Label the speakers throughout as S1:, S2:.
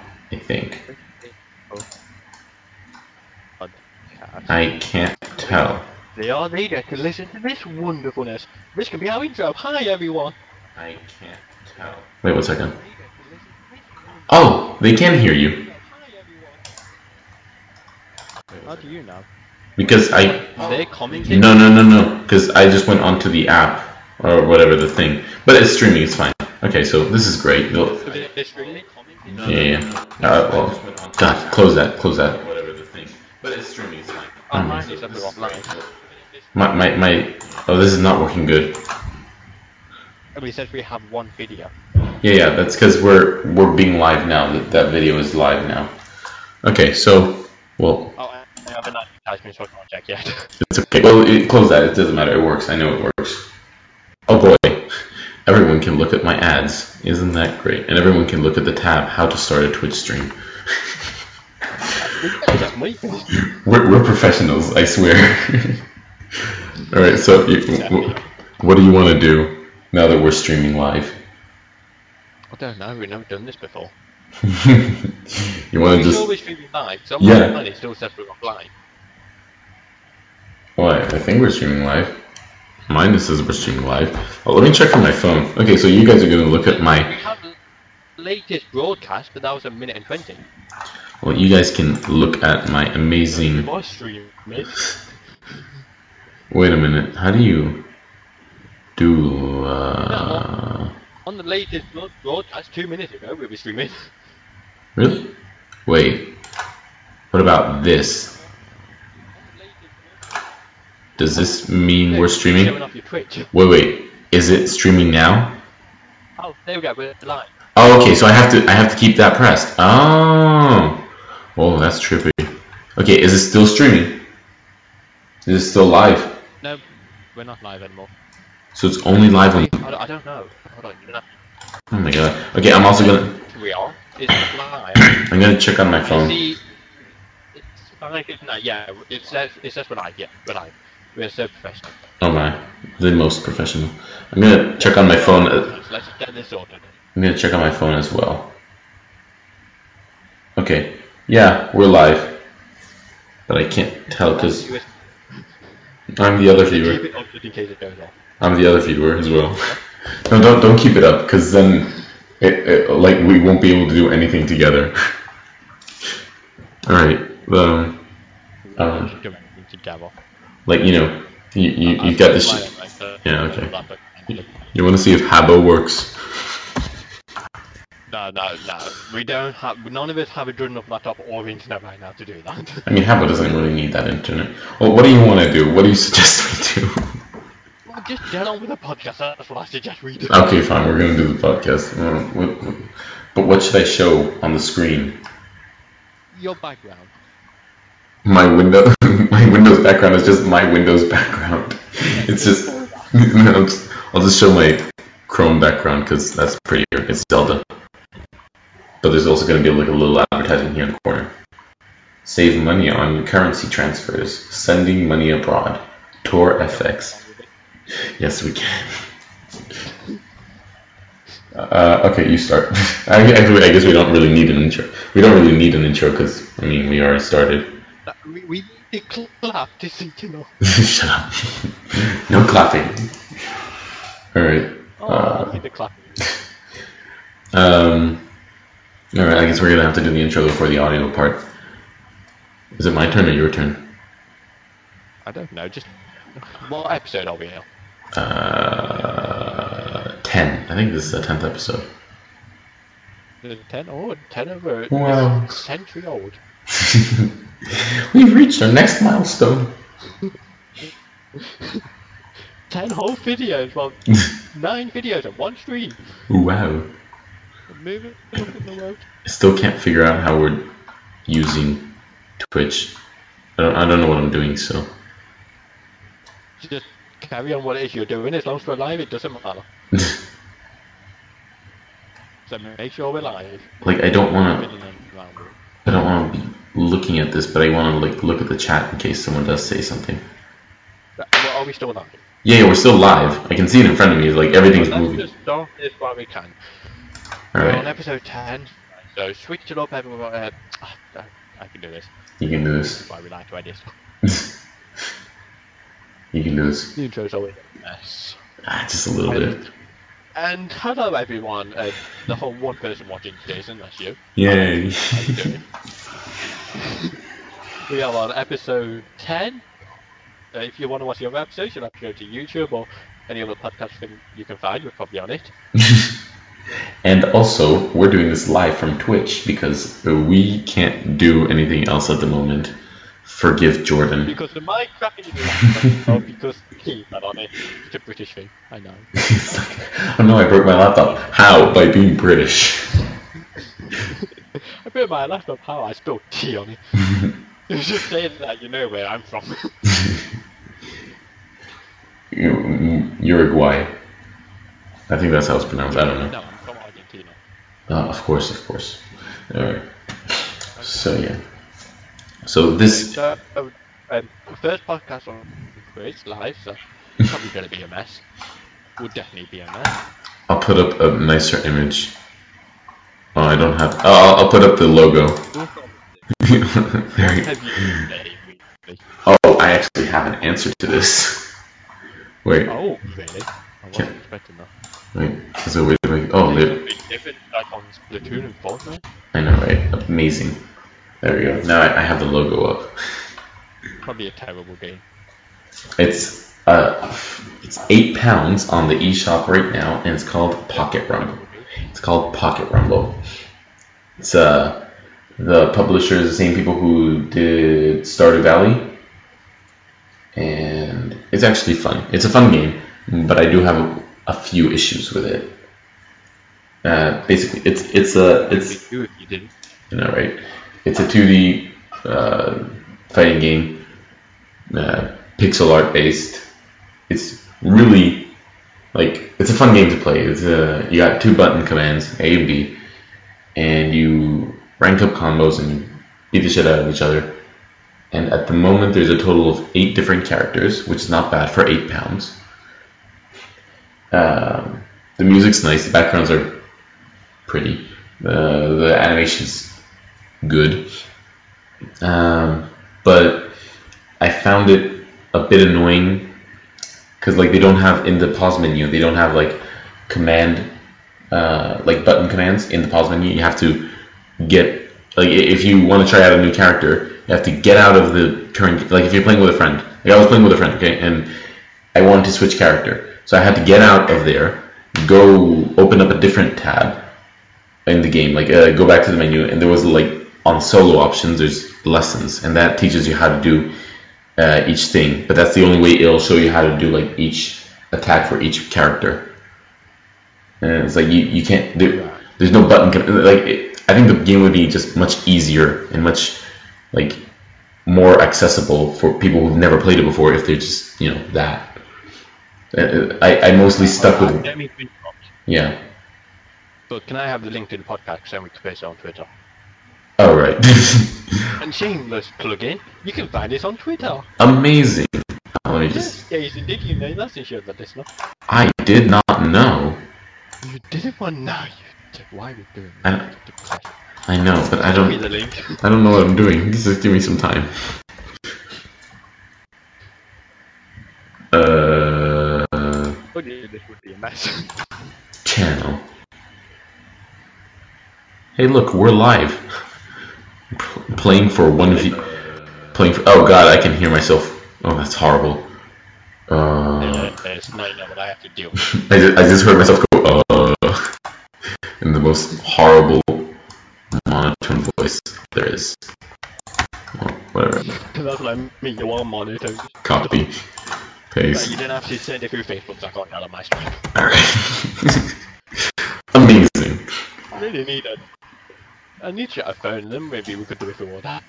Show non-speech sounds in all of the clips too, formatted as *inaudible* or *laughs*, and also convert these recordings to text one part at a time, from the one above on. S1: I think.
S2: Podcast.
S1: I can't tell.
S2: They are eager to listen to this wonderfulness. This can be our intro. Hi, everyone.
S1: I can't tell. Wait one second.
S2: Eager to listen to this
S1: Oh,
S2: wonderful-
S1: they can hear you.
S2: Hi, everyone.
S1: Wait one
S2: How do
S1: second.
S2: you know?
S1: Because I
S2: They commented.
S1: no no no no because I just went onto the app or whatever the thing. But it's streaming. It's fine. Okay, so this is great. You'll-
S2: They- they really commented.
S1: Yeah, yeah. yeah. Uh, well, God, close that, close that. Whatever the thing. But it's streaming, it's fine.
S2: Oh, mine is up and online.
S1: My, my, my, oh, this is not working good.
S2: Everybody says we have one video.
S1: Yeah, yeah, that's because we're, we're being live now. That, that video is live now. Okay, so, well,
S2: Oh, I I have an advertisement, so I can't check yet. *laughs*
S1: it's okay. Well, it, close that. It doesn't matter. It works. I know it works. Oh boy. Everyone can look at my ads. Isn't that great? And everyone can look at the tab, how to start a Twitch stream. *laughs*
S2: It's me.
S1: We're, we're professionals, I swear. *laughs* All right, so you, w- what do you want to do now that we're streaming live? *laughs*
S2: I don't know, we've never done this before.
S1: you want to
S2: It's
S1: just
S2: always streaming live, so
S1: Yeah.
S2: yeah. it still says we're online.
S1: what? I think we're streaming live. Mine just says we're streaming live. Oh, let me check on my phone. Okay, so you guys are gonna look at
S2: We
S1: my.
S2: have latest broadcast, but that was a minute and 20.
S1: Well, you guys can look at my amazing.
S2: My stream, mate.
S1: Wait a minute. How do you do? Uh...
S2: On the latest broad- broadcast two minutes ago, we were streaming.
S1: Really? Wait. What about this? Does this mean we're
S2: Showing
S1: streaming?
S2: off your Twitch.
S1: Wait, wait. Is it streaming now?
S2: Oh, there we go, we're live.
S1: Oh, okay. So I have to I have to keep that pressed. Oh. Oh, that's trippy. Okay, is it still streaming? Is it still live?
S2: No, we're not live anymore.
S1: So it's only live
S2: I
S1: on.
S2: don't, I don't know. Hold on, you know,
S1: Oh my god. Okay, I'm also gonna *clears throat*
S2: we are. It's
S1: *coughs*
S2: live.
S1: I'm gonna check on my
S2: You
S1: phone.
S2: see, it's like, it's not, yeah, it says, it says we're live, yeah, we're live. We're so professional.
S1: Oh my, the most professional. I'm gonna check on my phone. uh,
S2: Let's get this sorted.
S1: I'm gonna check on my phone as well. Okay, yeah, we're live, but I can't tell because
S2: Keep
S1: I'm the other viewer.
S2: it up just in case it goes off.
S1: I'm the other viewer as well. No, don't don't keep it up because then it, it like we won't be able to do anything together. All right, um, Um,
S2: Just do anything together.
S1: like you know, you you,
S2: I-
S1: you got
S2: I-
S1: this.
S2: I- I- I-
S1: Yeah, okay.
S2: I- I- I-
S1: You want to see if Habo works?
S2: No, no, no. We don't have. None of us have a good enough laptop or internet right now to do that.
S1: I mean, Habo doesn't really need that internet. Well, what do you want to do? What do you *laughs* suggest we do?
S2: Well, just get on with the podcast. That's what I suggest we do.
S1: Okay, fine. We're gonna do the podcast. Uh, what- what- But what should I show on the screen?
S2: Your background.
S1: My window, *laughs* my Windows background is just my Windows background. *laughs* It's just, I'll just- I'll just show my Chrome background because that's prettier. It's Zelda. But there's also gonna be like a little advertisement here in the corner. Save money on currency transfers. Sending money abroad. Tor FX. Yes, we can. Uh, okay, you start. *laughs* I, I, I guess we don't really need an intro. We don't really need an intro because I mean we already started.
S2: That- We, we need to clap to sync it up.
S1: *laughs* Shut up. no clapping. All right.
S2: Oh, I
S1: Uh,
S2: need to clap.
S1: um. All right. I guess we're gonna have to do the intro before the audio part. Is it my turn or your turn?
S2: I don't know. Just what episode are we on?
S1: Uh, ten. I think this is the tenth episode.
S2: The Ten old, ten over
S1: Wow.
S2: a century old.
S1: We've reached our next milestone. *laughs*
S2: Ten whole videos. Well, nine videos and one stream.
S1: Wow.
S2: Moving up in the world.
S1: I still can't figure out how we're using Twitch. I don't, I don't know what I'm doing, so. *laughs*
S2: Just carry on what it is you're doing. As long as we're live, it doesn't matter. so make sure we're live.
S1: Like, I don't want to,
S2: Fiddling around with it.
S1: I don't want to be looking at this, but I want to, like, look at the chat in case someone does say something.
S2: But- well, Are we still live?
S1: Yeah, yeah, we're still live. I can see it in front of me. Like, everything's
S2: Let's
S1: moving.
S2: just start this while we can. We're on
S1: Alright.
S2: episode 10. So switch it up, everyone. Uh, ah, I- I can do this.
S1: You can do this. *laughs*
S2: Why we like to ideas.
S1: You can do this.
S2: The intro's always a mess.
S1: Ah, just a little bit.
S2: And hello, everyone. Uh, the whole one person watching today's, and that's you.
S1: Yay.
S2: How you doing? we are on episode 10. Uh, if you want to watch the other episodes, you'll have to go to YouTube or any other podcast thing you can find. We're probably on it.
S1: *laughs* and also, we're doing this live from Twitch because we can't do anything else at the moment. Forgive Jordan. *laughs*
S2: Because the Minecraft is doing or because he's not on it. It's a British thing. I know.
S1: It's like, oh no, I broke my laptop. How? By being British. *laughs*
S2: I put my laptop how I spilled tea on it. you should say that you know where I'm from. *laughs*
S1: U- Uruguay. I think that's how it's pronounced. I don't know.
S2: no, I'm from Argentina.
S1: Uh, of course, of course. All right. So yeah. So this
S2: So, um, um, first podcast on Twitch live, so it's probably going to be a mess. Would definitely be a mess.
S1: I'll put up a nicer image. Oh, I don't have. Oh, I'll- I'll put up the logo. *laughs* there you
S2: Have you been there recently?
S1: Oh, I actually have an answer to this. Wait,
S2: Oh, really? I wasn't expecting that.
S1: wait. Is there a way to make? Oh,
S2: It's a
S1: there.
S2: bit different, like on Splatoon and Fortnite.
S1: I know, right? Amazing. There we go. Now I, I have the logo up.
S2: Probably a terrible game.
S1: It's uh, it's eight pounds on the eShop right now, and it's called Pocket Rumble. It's called Pocket Rumble. It's uh, the publisher is the same people who did Stardew Valley, and it's actually fun. It's a fun game, but I do have a, a few issues with it. Uh, basically, it's it's a
S2: It'd
S1: it's
S2: be good if you didn't.
S1: you know, right? It's a 2D uh, fighting game, uh, pixel art based. It's really like it's a fun game to play. It's a, you got two button commands, A and B, and you rank up combos and beat the shit out of each other. And at the moment, there's a total of eight different characters, which is not bad for eight pounds. Um, the music's nice. The backgrounds are pretty. The the animation's good. Um, but I found it a bit annoying because like they don't have in the pause menu they don't have like command uh, like button commands in the pause menu. You have to get like i- if you want to try out a new character, you have to get out of the current like if you're playing with a friend. Like I was playing with a friend, okay, and I wanted to switch character, so I had to get out of there, go open up a different tab, in the game. Like uh, go back to the menu, and there was like on solo options, there's lessons, and that teaches you how to do uh, each thing. But that's the only way it'll show you how to do like each attack for each character. And it's like you, you can't there, there's no button con- like it, I think the game would be just much easier and much like more accessible for people who've never played it before if they're just you know that. Uh, I, I mostly stuck
S2: Uh,
S1: with
S2: let me think about it.
S1: yeah.
S2: But can I have the link to the podcast so we can post it on Twitter?
S1: All right. *laughs*
S2: And shameless plug-in, you can find us on Twitter.
S1: Amazing. Uh, Let me just.
S2: Yes, yes, did you know that's a show that listener?
S1: I did not know.
S2: You didn't want to know. You did. Why are we doing
S1: I
S2: this?
S1: don't- I know, but I
S2: Give me
S1: don't.
S2: the link. *laughs*
S1: I don't know what I'm doing. *laughs* Just give me some time. Uh,
S2: Oh yeah, this would be a mess.
S1: channel. Hey, look, we're live. P- playing for one view. Playing for. Oh God, I can hear myself. Oh, that's horrible. Uh,
S2: it's not even what I have to deal with.
S1: I just, I just heard myself go, uh, in the most horrible monotone voice there is. Well, Whatever.
S2: *laughs* That's what I mean. You are monitored.
S1: Copy.
S2: Like, you
S1: Paste.
S2: didn't have to send it through Facebook. so I can't tell on my stream.
S1: Alright. *laughs* Amazing.
S2: I really need it. I need you to phone them. Maybe we could do it for all that.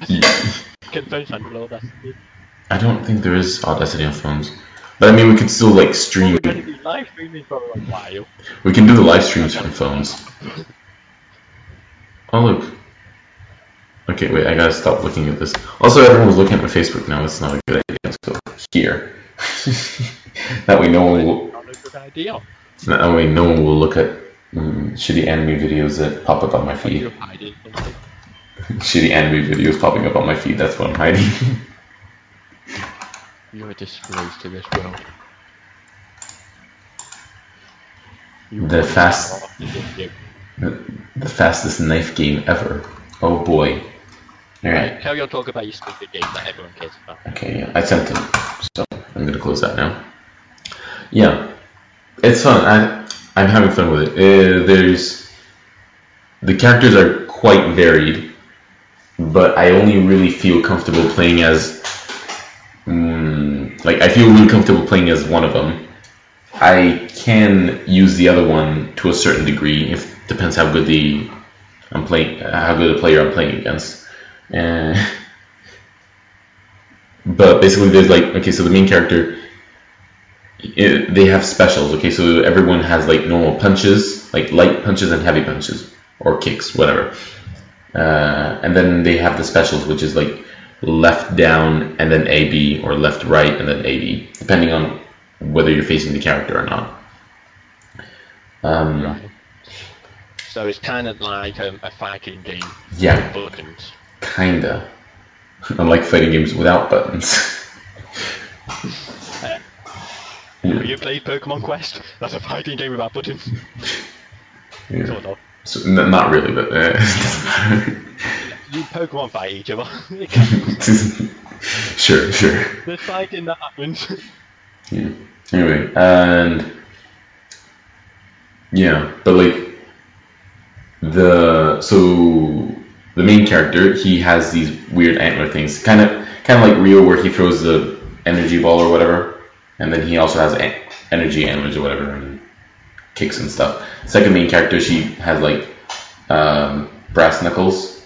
S2: can phone someone all that.
S1: I don't think there is Audacity on phones. But I mean, we could still, like, stream.
S2: We're going to be live streaming for a while.
S1: We can do the live streams from phones. Oh, look. Okay, wait, I gotta stop looking at this. Also, everyone's looking at my Facebook now. That's not a good idea. Let's go here. *laughs* that way, no one will.
S2: Not a good idea.
S1: That way, no one will look at mm, shitty anime videos that pop up on my
S2: Like
S1: feed.
S2: you're hiding something.
S1: Shitty anime videos popping up on my feed. That's what I'm hiding. *laughs*
S2: You're a disgrace to this world.
S1: The fast-
S2: You-
S1: the, the fastest knife game ever. Oh boy. All right.
S2: Carry on talking about your stupid game that everyone cares about.
S1: Okay, yeah, I sent them, so I'm gonna close that now. Yeah, it's fun. I I'm having fun with it. Uh, there's the characters are quite varied, but I only really feel comfortable playing as mm, like I feel really comfortable playing as one of them. I can use the other one to a certain degree. If depends how good the I'm playing, how good a player I'm playing against. *laughs* Uh, but basically there's like okay so the main character it, they have specials okay so everyone has like normal punches like light punches and heavy punches or kicks whatever uh, and then they have the specials which is like left down and then ab or left right and then ab depending on whether you're facing the character or not um,
S2: Right. So it's kind of like um, a fighting game
S1: yeah
S2: with buttons.
S1: kinda *laughs* unlike fighting games without buttons *laughs*
S2: Have you played Pokemon Quest? That's a fighting game without buttons.
S1: Yeah.
S2: Sort of.
S1: So, n- not really, but uh, *laughs* doesn't matter.
S2: You Pokemon fight each other. *laughs* It counts.
S1: sure, sure.
S2: There's fighting that happens.
S1: Yeah. Anyway, and yeah, but like the so the main character he has these weird antler things, kind of kind of like Rio, where he throws the energy ball or whatever, and then he also has an- energy antlers or whatever and kicks and stuff. Second main character, she has like um, brass knuckles.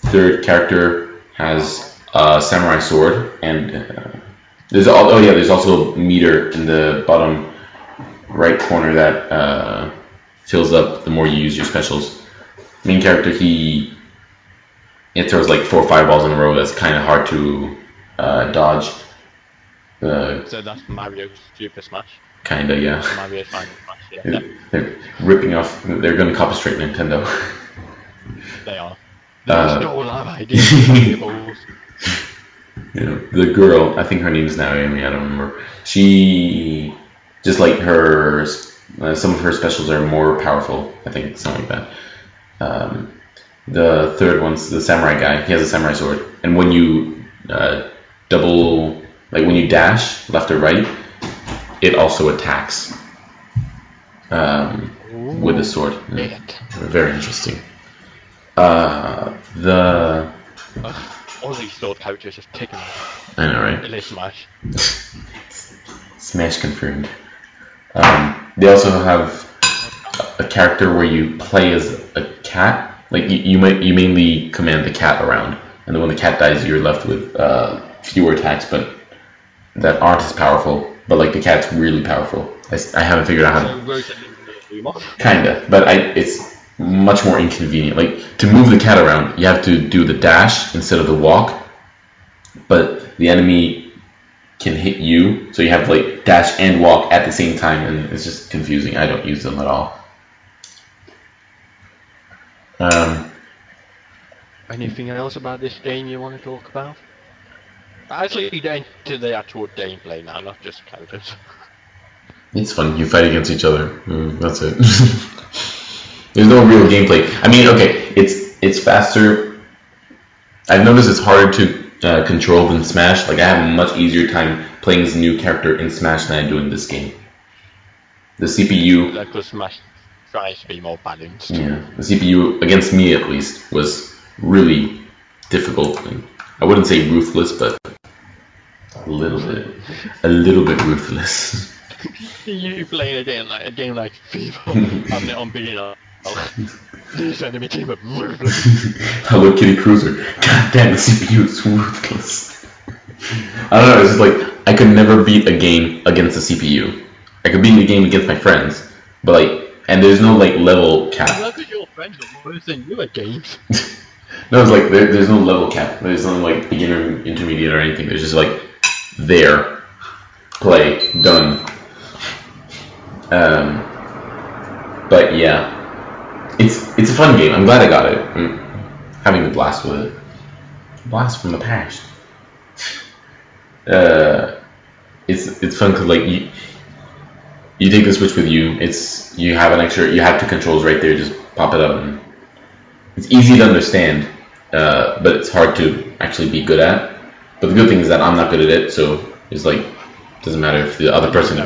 S1: Third character has a samurai sword and. Uh, there's all, oh yeah, there's also a meter in the bottom right corner that uh, fills up the more you use your specials. Main character he it throws like four fireballs in a row. That's kind of hard to uh, dodge. Uh,
S2: So that's Mario's Super Smash.
S1: kinda yeah.
S2: Mario's Final Smash. Yeah,
S1: They're, they're ripping off. They're gonna copy straight Nintendo. *laughs*
S2: they are. They
S1: Uh,
S2: stole our
S1: *laughs*
S2: ideas.
S1: you know, the girl, I think her name's Naomi, I don't remember. She, just like her, uh, some of her specials are more powerful, I think, something like that. Um, the third one's the samurai guy. He has a samurai sword. And when you uh, double, like when you dash left or right, it also attacks um, with the sword. Yeah.
S2: It.
S1: Very interesting. Uh, the.
S2: All these sword characters just kicking ass.
S1: I know, right?
S2: It is Smash.
S1: Smash confirmed. Um, they also have a character where you play as a cat. Like you, you might you mainly command the cat around, and then when the cat dies, you're left with uh, fewer attacks, but that aren't as powerful. But like the cat's really powerful. I, s- I haven't figured out how to
S2: So Rosalina Lumos.
S1: Kinda, but I, it's much more inconvenient. Like to move the cat around, you have to do the dash instead of the walk. But the enemy can hit you, so you have to like dash and walk at the same time, and it's just confusing. I don't use them at all. Um,
S2: Anything else about this game you want to talk about? Actually, then to the actual gameplay now, not just characters.
S1: it's fun. You fight against each other. Mm, that's it. *laughs* There's no real gameplay. I mean, okay, it's it's faster I've noticed it's harder to uh, control than Smash. Like I have a much easier time playing as a new character in Smash than I do in this game. The CPU,
S2: Like, 'cause Smash tries to be more balanced.
S1: yeah, the CPU against me at least was really difficult. And I wouldn't say ruthless, but a little bit, a little bit ruthless. *laughs*
S2: You playing a game like a game like
S1: *laughs*
S2: FIFA, I'm not on being a. This enemy team are ruthless.
S1: *laughs* Hello Kitty Cruiser. God damn, the CPU is ruthless. I don't know, it's just like I could never beat a game against the CPU. I could beat a game against my friends, but like, and there's no like level cap.
S2: Look at your friends are worse than you at games.
S1: No, it's like there, there's no level cap. There's no like beginner, intermediate, or anything. There's just like there, play, done. Um, But yeah, it's it's a fun game. I'm glad I got it. I'm having a blast with it. Blast from the past. Uh, it's it's fun because like you you take the switch with you. It's you have an extra. You have two controls right there. Just pop it up. And it's easy to understand, uh, but it's hard to actually be good at. But the good thing is that I'm not good at it, so it's like doesn't matter if the other person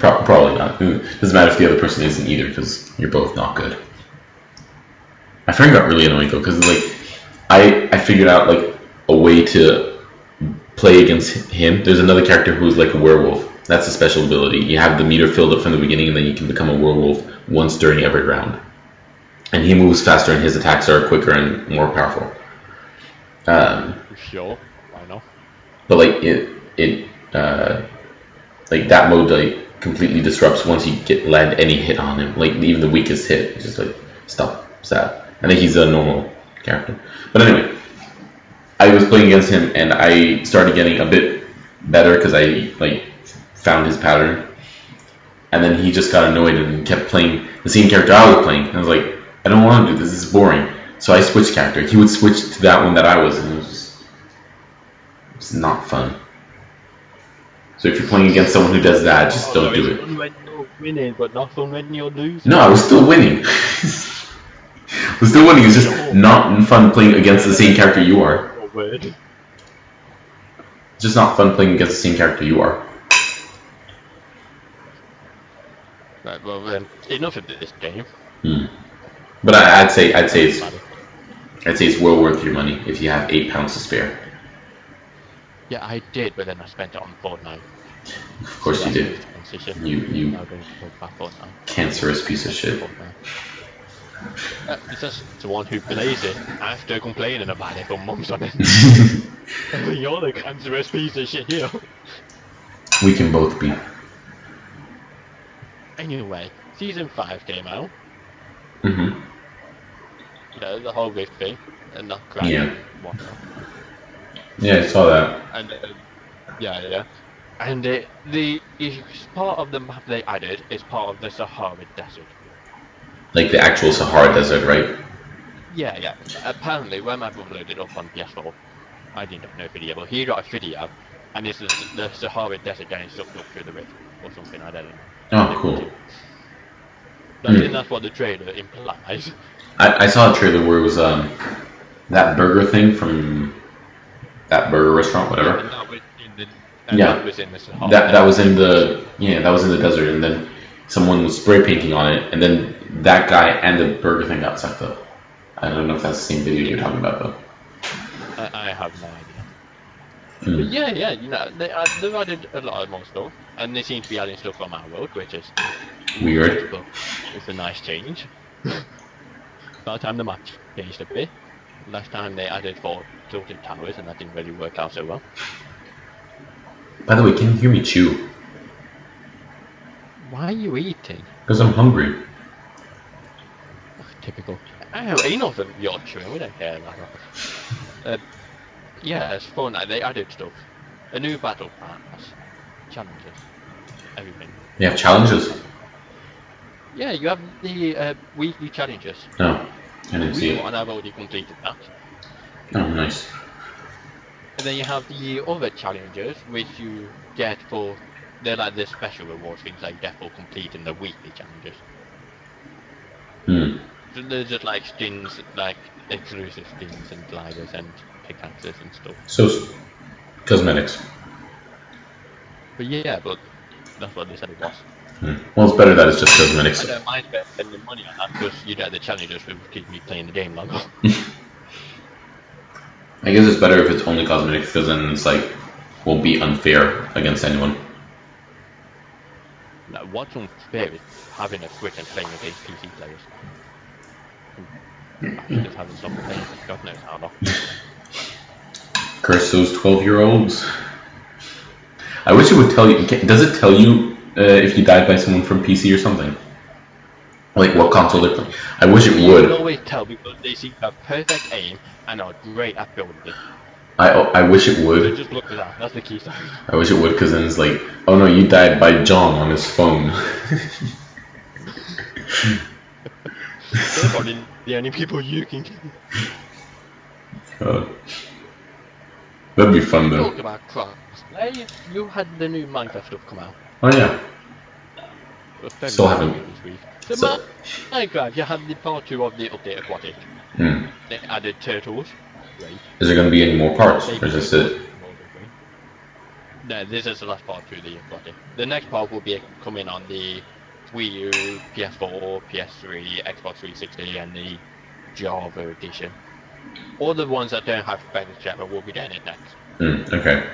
S1: pro- probably not. Doesn't matter if the other person isn't either because you're both not good. My friend got really annoyed though because like I I figured out like a way to play against him. There's another character who's like a werewolf. That's a special ability. You have the meter filled up from the beginning, and then you can become a werewolf once during every round. And he moves faster, and his attacks are quicker and more powerful. Um,
S2: Sure, why not?
S1: but like it it uh, like that mode like completely disrupts once you get land any hit on him like even the weakest hit it's just like stop stop I think he's a normal character but anyway I was playing against him and I started getting a bit better because I like found his pattern and then he just got annoyed and kept playing the same character I was playing and I was like I don't want to do this this is boring so I switched character he would switch to that one that I was and it was just it's not fun. So if you're playing against someone who does that, just don't do it.
S2: Fun when you're winning, but not fun when you're losing.
S1: No, I was still winning. *laughs* I was still winning. It's just not fun playing against the same character you are.
S2: Your word.
S1: It's just not fun playing against the same character you are.
S2: Right, well then, enough of this game.
S1: But I, I'd say I'd say it's
S2: Matter.
S1: I'd say it's well worth your money if you have eight pounds to spare.
S2: Yeah, I did, but then I spent it on Fortnite.
S1: Of course you did.
S2: Transition.
S1: You you
S2: Now going to talk about Fortnite.
S1: cancerous piece of *laughs* shit.
S2: Uh, it's just the one who plays it after complaining about it for months on it. You're the cancerous piece of shit here.
S1: we can both be.
S2: Anyway, season 5 came out.
S1: hmm
S2: You know, the whole big thing. And not crap.
S1: Yeah.
S2: Whatnot.
S1: Yeah, I saw that.
S2: And, uh, yeah, yeah. And it, the it's part of the map they added is part of the Sahara Desert.
S1: Like the actual Sahara Desert, right?
S2: Yeah, yeah. Apparently, when my brother loaded up on PS4, I didn't know video, but he got a video, and this is the Sahara Desert getting sucked up through the rift or something. I don't know.
S1: Oh, cool.
S2: But I
S1: Hmm.
S2: think that's what the trailer implies.
S1: I, I saw a trailer where it was um that burger thing from that burger restaurant,
S2: And
S1: whatever.
S2: that was in the, and
S1: Oh, Yeah.
S2: that was in the Sahara.
S1: That that was in the yeah, that was in the desert, and then someone was spray painting on it, and then that guy and the burger thing got sucked up. I don't know if that's the same video you're talking about though.
S2: I, I have no idea.
S1: Hmm.
S2: But yeah, yeah, you know, they, uh, they've added a lot of more stuff, and they seem to be adding stuff from our world, which is
S1: Weird.
S2: Well, it's a nice change. *laughs* By the time the match changed a bit, last time they added four tilted towers and that didn't really work out so well.
S1: By the way, can you hear me chew?
S2: Why are you eating?
S1: Because I'm hungry.
S2: Ugh, typical. Oh, enough of your chewing, we don't care about that. Uh, yeah, it's fun, like, they added stuff. A new battle pass, challenges, everything.
S1: They have challenges.
S2: Yeah, you have the uh, weekly challenges.
S1: No, I didn't see
S2: Week
S1: it.
S2: one, I've already completed that.
S1: Oh, nice.
S2: And then you have the other challenges, which you get for they're like the special rewards, things like death or completing the weekly challenges.
S1: Hmm.
S2: So they're just like skins, like exclusive skins and gliders and pickaxes and stuff.
S1: So s- cosmetics.
S2: But yeah, but that's what they said it was.
S1: Hmm. Well, it's better that it's just
S2: I
S1: cosmetics.
S2: don't mind spending money on that because you know the challenges will keep me playing the game longer. *laughs*
S1: I guess it's better if it's only cosmetics because then it's like won't be unfair against anyone.
S2: Now, what's unfair is having a quit and playing against PC players. I just haven't stopped playing for God knows how long.
S1: Curse those twelve-year-olds. I wish it would tell you. ca- Does it tell you uh, if you died by someone from PC or something? Like what console they're playing? I wish it
S2: You can
S1: would.
S2: always tell because they seem to have perfect aim and are great at building. it.
S1: I I wish it
S2: So
S1: would.
S2: just look at that. That's the key sign.
S1: I wish it would because then *laughs* it's like, oh no, you died by John on his phone.
S2: They're probably the only people you can
S1: God. Oh. That'd be fun though.
S2: talk about crossplay. You had the new Minecraft stuff come out.
S1: Oh yeah.
S2: It was
S1: Still
S2: very
S1: haven't.
S2: This week. The
S1: So-
S2: Minecraft, you had the part two of the update aquatic.
S1: Hmm.
S2: They added turtles. Great.
S1: Is there gonna be any more parts,
S2: They
S1: or is this
S2: did-
S1: it?
S2: No, this is the last part to the aquatic. The next part will be coming on the Wii U, PS4, PS3, Xbox 360, and the Java edition. All the ones that don't have Final Chapter will be getting it next.
S1: Hmm. Okay.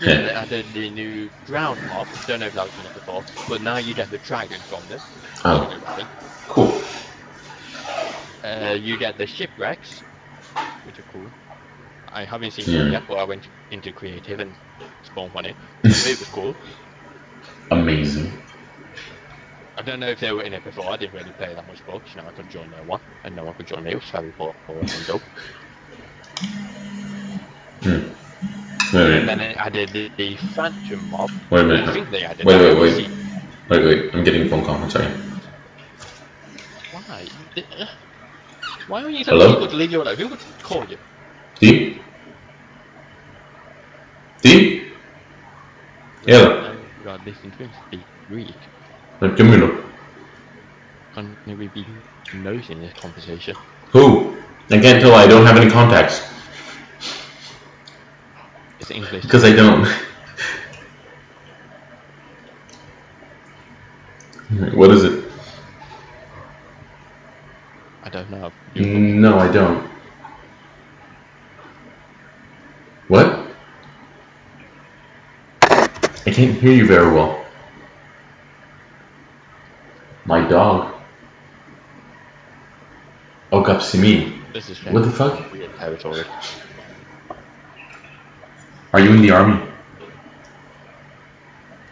S2: Yeah, they added the new ground mob. Don't know if that was in it before, but now you get the dragon from this.
S1: Oh, cool.
S2: Uh, you get the shipwrecks, which are cool. I haven't seen
S1: Yeah.
S2: them yet, but I went into creative and spawned
S1: *laughs*
S2: one in. it was cool.
S1: Amazing.
S2: I don't know if they were in it before. I didn't really play that much books. You know, I could join no one, and no one could join me. It was very poor, poor and dope.
S1: Hmm. Wait a
S2: And then
S1: minute.
S2: they added the, the phantom mob.
S1: Wait a
S2: I
S1: minute.
S2: think they added.
S1: Wait,
S2: that.
S1: wait, wait. Wait, wait. I'm getting a phone call. I'm sorry.
S2: Why? Uh, Why are you telling
S1: Hello?
S2: people to leave you alone? Who would call you?
S1: Steve? Steve? Yeah.
S2: You are listening to him speak Greek.
S1: Not Camilo.
S2: Can we be nosy in this conversation?
S1: Who? I can't tell. I don't have any contacts
S2: It's English.
S1: because I don't. what is it?
S2: I don't know. You-
S1: No, I don't. What? I can't hear you very well. My dog. Oh, Kapsimi.
S2: This is
S1: What the fuck?
S2: weird territory.
S1: Are you in the army?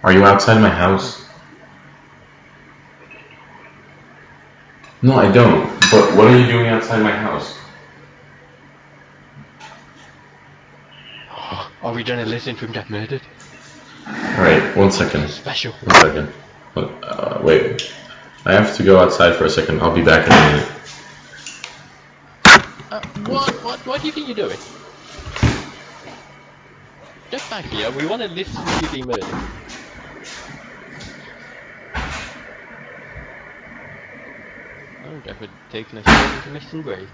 S1: Are you outside my house? No, I don't. But what are you doing outside my house?
S2: *gasps* Are we gonna listen to him get murdered?
S1: Alright, one second.
S2: Special.
S1: One second. Uh, wait. I have to go outside for a second. I'll be back in a minute.
S2: Uh, what? What? What do you think you're doing? Get back here. We want to listen to you be murdered. Oh, Definitely taking a short intermission break.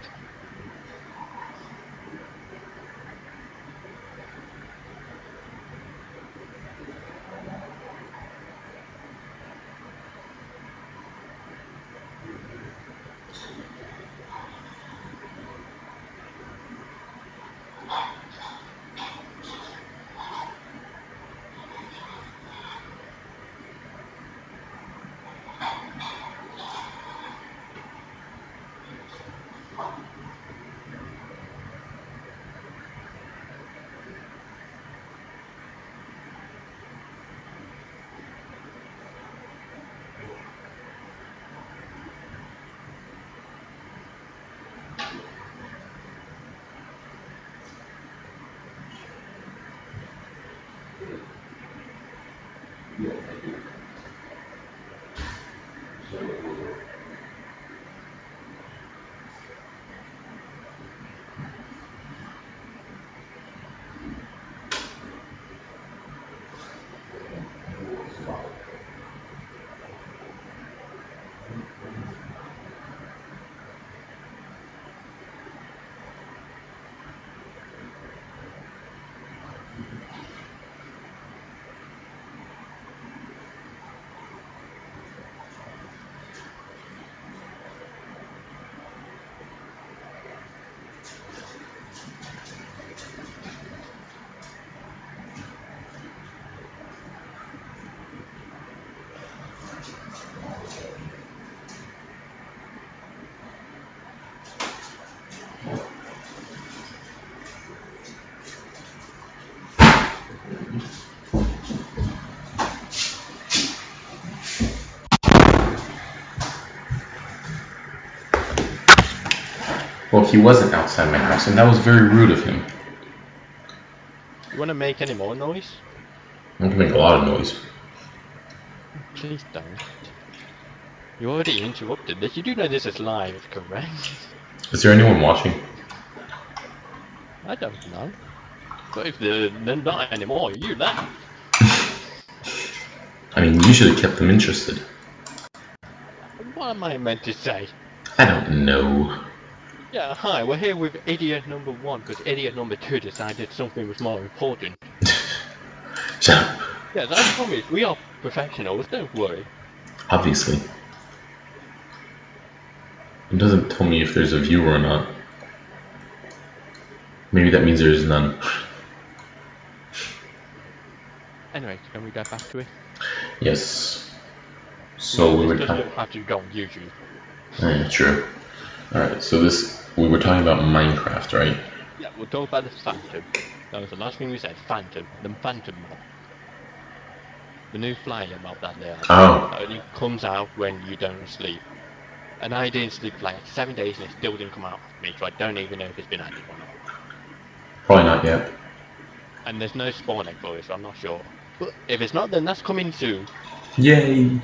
S1: Well, he wasn't outside my house, and that was very rude of him.
S2: You want to make any more noise?
S1: I can make a lot of noise.
S2: Please don't. You already interrupted this. You do know this is live, correct?
S1: Is there anyone watching?
S2: I don't know. But if they're, they're not anymore, you know.
S1: I mean, you should have kept them interested.
S2: What am I meant to say?
S1: I don't know.
S2: Yeah, hi, we're here with idiot number one because idiot number two decided something was more important.
S1: Shut up.
S2: Yeah, that's promise. We are professionals, don't worry.
S1: Obviously. It doesn't tell me if there's a viewer or not. Maybe that means there is none. *sighs*
S2: Anyway, can we go back to it?
S1: Yes. So we were
S2: Just
S1: talking.
S2: don't have to go on YouTube.
S1: Yeah, true. All right. So this we were talking about Minecraft, right?
S2: Yeah, we'll talk about the Phantom. That was the last thing we said. Phantom. The Phantom mob. The new flyer mob that they are.
S1: Oh,
S2: It only comes out when you don't sleep. And I didn't sleep for like seven days and it still didn't come out of me, so I don't even know if it's been added or not.
S1: probably not yet.
S2: And there's no spawn egg for it, so I'm not sure. But if it's not, then that's coming soon.
S1: Yay!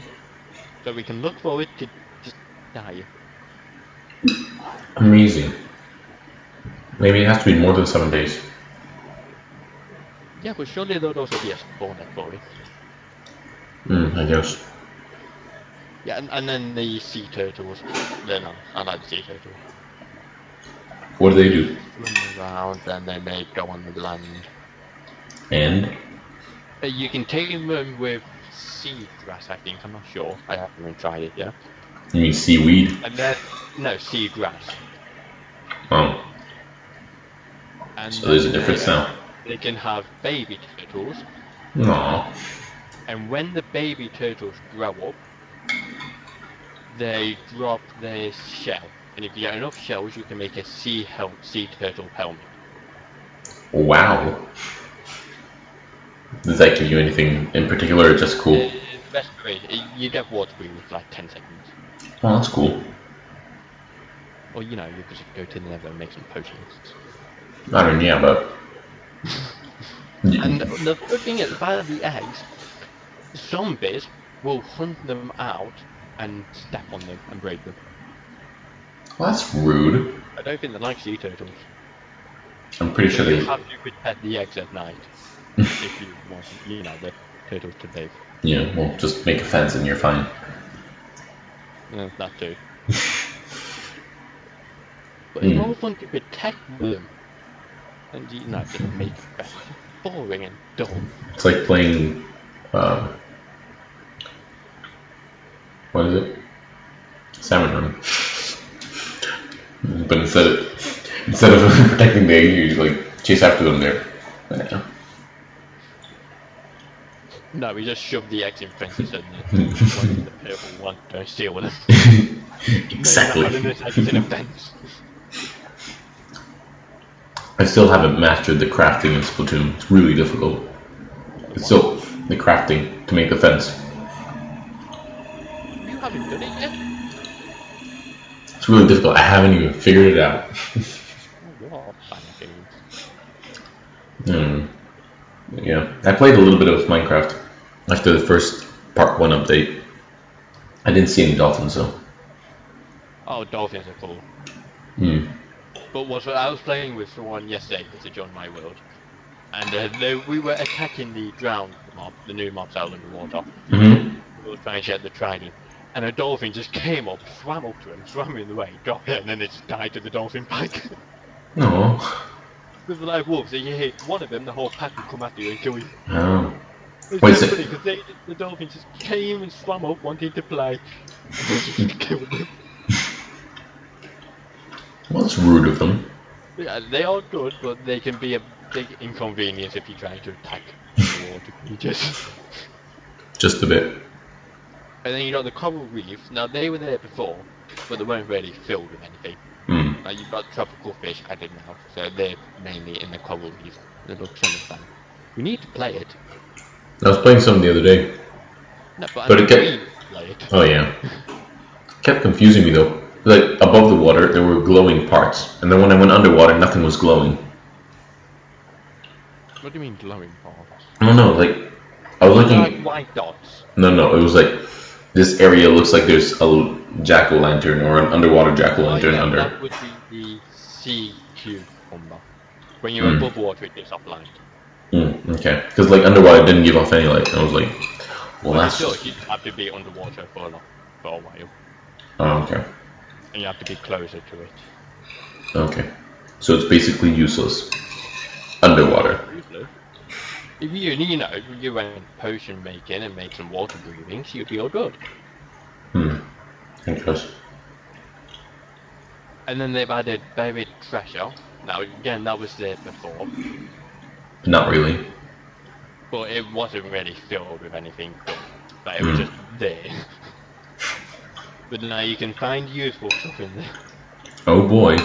S2: So we can look forward to just die.
S1: Amazing. Maybe it has to be more than seven days.
S2: Yeah, but surely there'll also be a spawn egg for it.
S1: Mm, I guess.
S2: Yeah, and, and then the sea turtles. Then I, I like the sea turtles.
S1: What do they do?
S2: Swim around, and then they go on the land.
S1: And
S2: Uh, You can take them with sea grass, I think. I'm not sure. I haven't even tried it yet.
S1: you mean seaweed?
S2: And then no sea grass.
S1: Oh,
S2: And
S1: so there's a
S2: then
S1: difference
S2: they,
S1: now.
S2: They can have baby turtles,
S1: Aw.
S2: and when the baby turtles grow up, they drop their shell. And if you get enough shells, you can make a sea hel- sea turtle helmet.
S1: Wow. Does that give you anything in particular, or just cool?
S2: Uh, best way, you get water breathing for like 10 seconds.
S1: Oh, that's cool.
S2: Or you know, you could just go to the nether and make some potions.
S1: I mean, yeah, but.
S2: And the good thing is, by the eggs, zombies will hunt them out and step on them and break them.
S1: *laughs* Well, that's rude.
S2: I don't think they like sea turtles.
S1: I'm pretty sure
S2: You
S1: they.
S2: have to protect the eggs at night if you want, you know, the turtles to live.
S1: Yeah, well, just make a fence and you're fine.
S2: Yeah, that too. but it's more fun to protect them, and you know, just make it better. boring and dull.
S1: It's like playing. Uh, what is it? Salmon run. *laughs* But instead of instead of *laughs* protecting the egg, you like chase after them there.
S2: No, we just shove the eggs in fences and the, ones the purple one don't steal them.
S1: exactly.
S2: in a fence.
S1: I still haven't mastered the crafting in Splatoon. It's really difficult. It's still the crafting to make the fence.
S2: You haven't done it yet?
S1: It's really difficult. I haven't even figured it out.
S2: Oh, you are panicking.
S1: Hmm. Yeah, I played a little bit of Minecraft after the first part one update. I didn't see any dolphins though.
S2: Oh, dolphins are cool.
S1: Hmm.
S2: But what I was playing with someone yesterday, it's a John My World, and uh, they, we were attacking the drowned mob, the new mobs out in the water.
S1: Mm-hmm.
S2: We were trying to get the trident, and a dolphin just came up, swam up to him, swam in the way, dropped it, and then it just died to the dolphin *laughs* pack.
S1: No.
S2: with the live wolves, if you hit one of them, the whole pack will come after you and kill you.
S1: Oh.
S2: It's
S1: Wait a
S2: so
S1: sec.
S2: funny because they, the dolphin just came and swam up, wanting
S1: *laughs*
S2: to play. Killed them.
S1: Well, that's rude of them.
S2: Yeah, they are good, but they can be a big inconvenience if you're trying to attack the water creatures.
S1: Just a bit.
S2: And then you got the coral reefs. Now they were there before, but they weren't really filled with anything.
S1: Hmm.
S2: Now you've got tropical fish added now, so they're mainly in the coral reefs. They look so much fun. We need to play it.
S1: I was playing some the other day.
S2: No, but,
S1: But
S2: I
S1: it
S2: mean,
S1: get-
S2: we need to play it.
S1: Oh yeah. Kept confusing me though. Like above the water, there were glowing parts, and then when I went underwater, nothing was glowing.
S2: What do you mean glowing balls?
S1: I don't know. Like I was looking.
S2: Like white dots.
S1: No, no, it was like this area looks like there's a jack o' lantern or an underwater jack o' lantern
S2: yeah,
S1: under.
S2: That would be the sea cucumber. When you're
S1: Hmm.
S2: above water, it gets offline.
S1: Mm, okay, because like underwater it didn't give off any light. I was like, well,
S2: But
S1: that's
S2: still, you have to be underwater for a, lo- for a while,
S1: oh, okay,
S2: and you have to be closer to it.
S1: okay. So it's basically useless underwater.
S2: Usually. If you, you know, if you went potion making and made some water breathings, you'd be all good.
S1: Hmm. Interesting.
S2: And then they've added buried treasure. Now, again, that was there before,
S1: Not really.
S2: but it wasn't really filled with anything good. Like, it was
S1: Hmm.
S2: just there. *laughs* but now you can find useful stuff in there.
S1: Oh boy.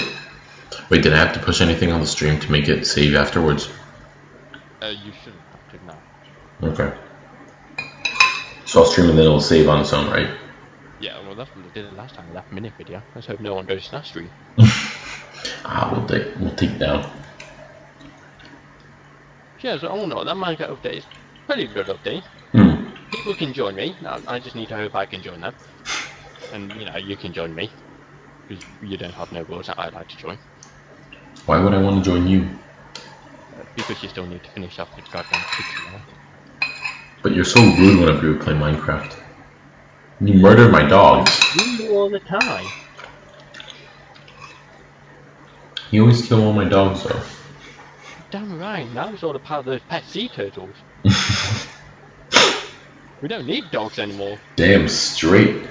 S1: Wait, did I have to push anything on the stream to make it save afterwards?
S2: Uh, you shouldn't have to now.
S1: Okay. So I'll stream and then it'll save on its own, right?
S2: Yeah, well, that's what they did last time, that minute video. Let's hope no one goes to that stream.
S1: Ah, we'll take we'll take down.
S2: Yeah, so all in all, that Minecraft update is pretty good update.
S1: Hmm.
S2: People can join me. Now, I just need to hope I can join them. And, you know, you can join me. Because you don't have no rules that I'd like to join.
S1: Why would I want to join you?
S2: Because you still need to finish off the goddamn picture.
S1: But you're so rude whenever you play Minecraft. You murder my dog.
S2: You do all the time.
S1: You always kill all my dogs though.
S2: Damn right, now it's all a part of those pet sea turtles. we don't need dogs anymore.
S1: Damn straight.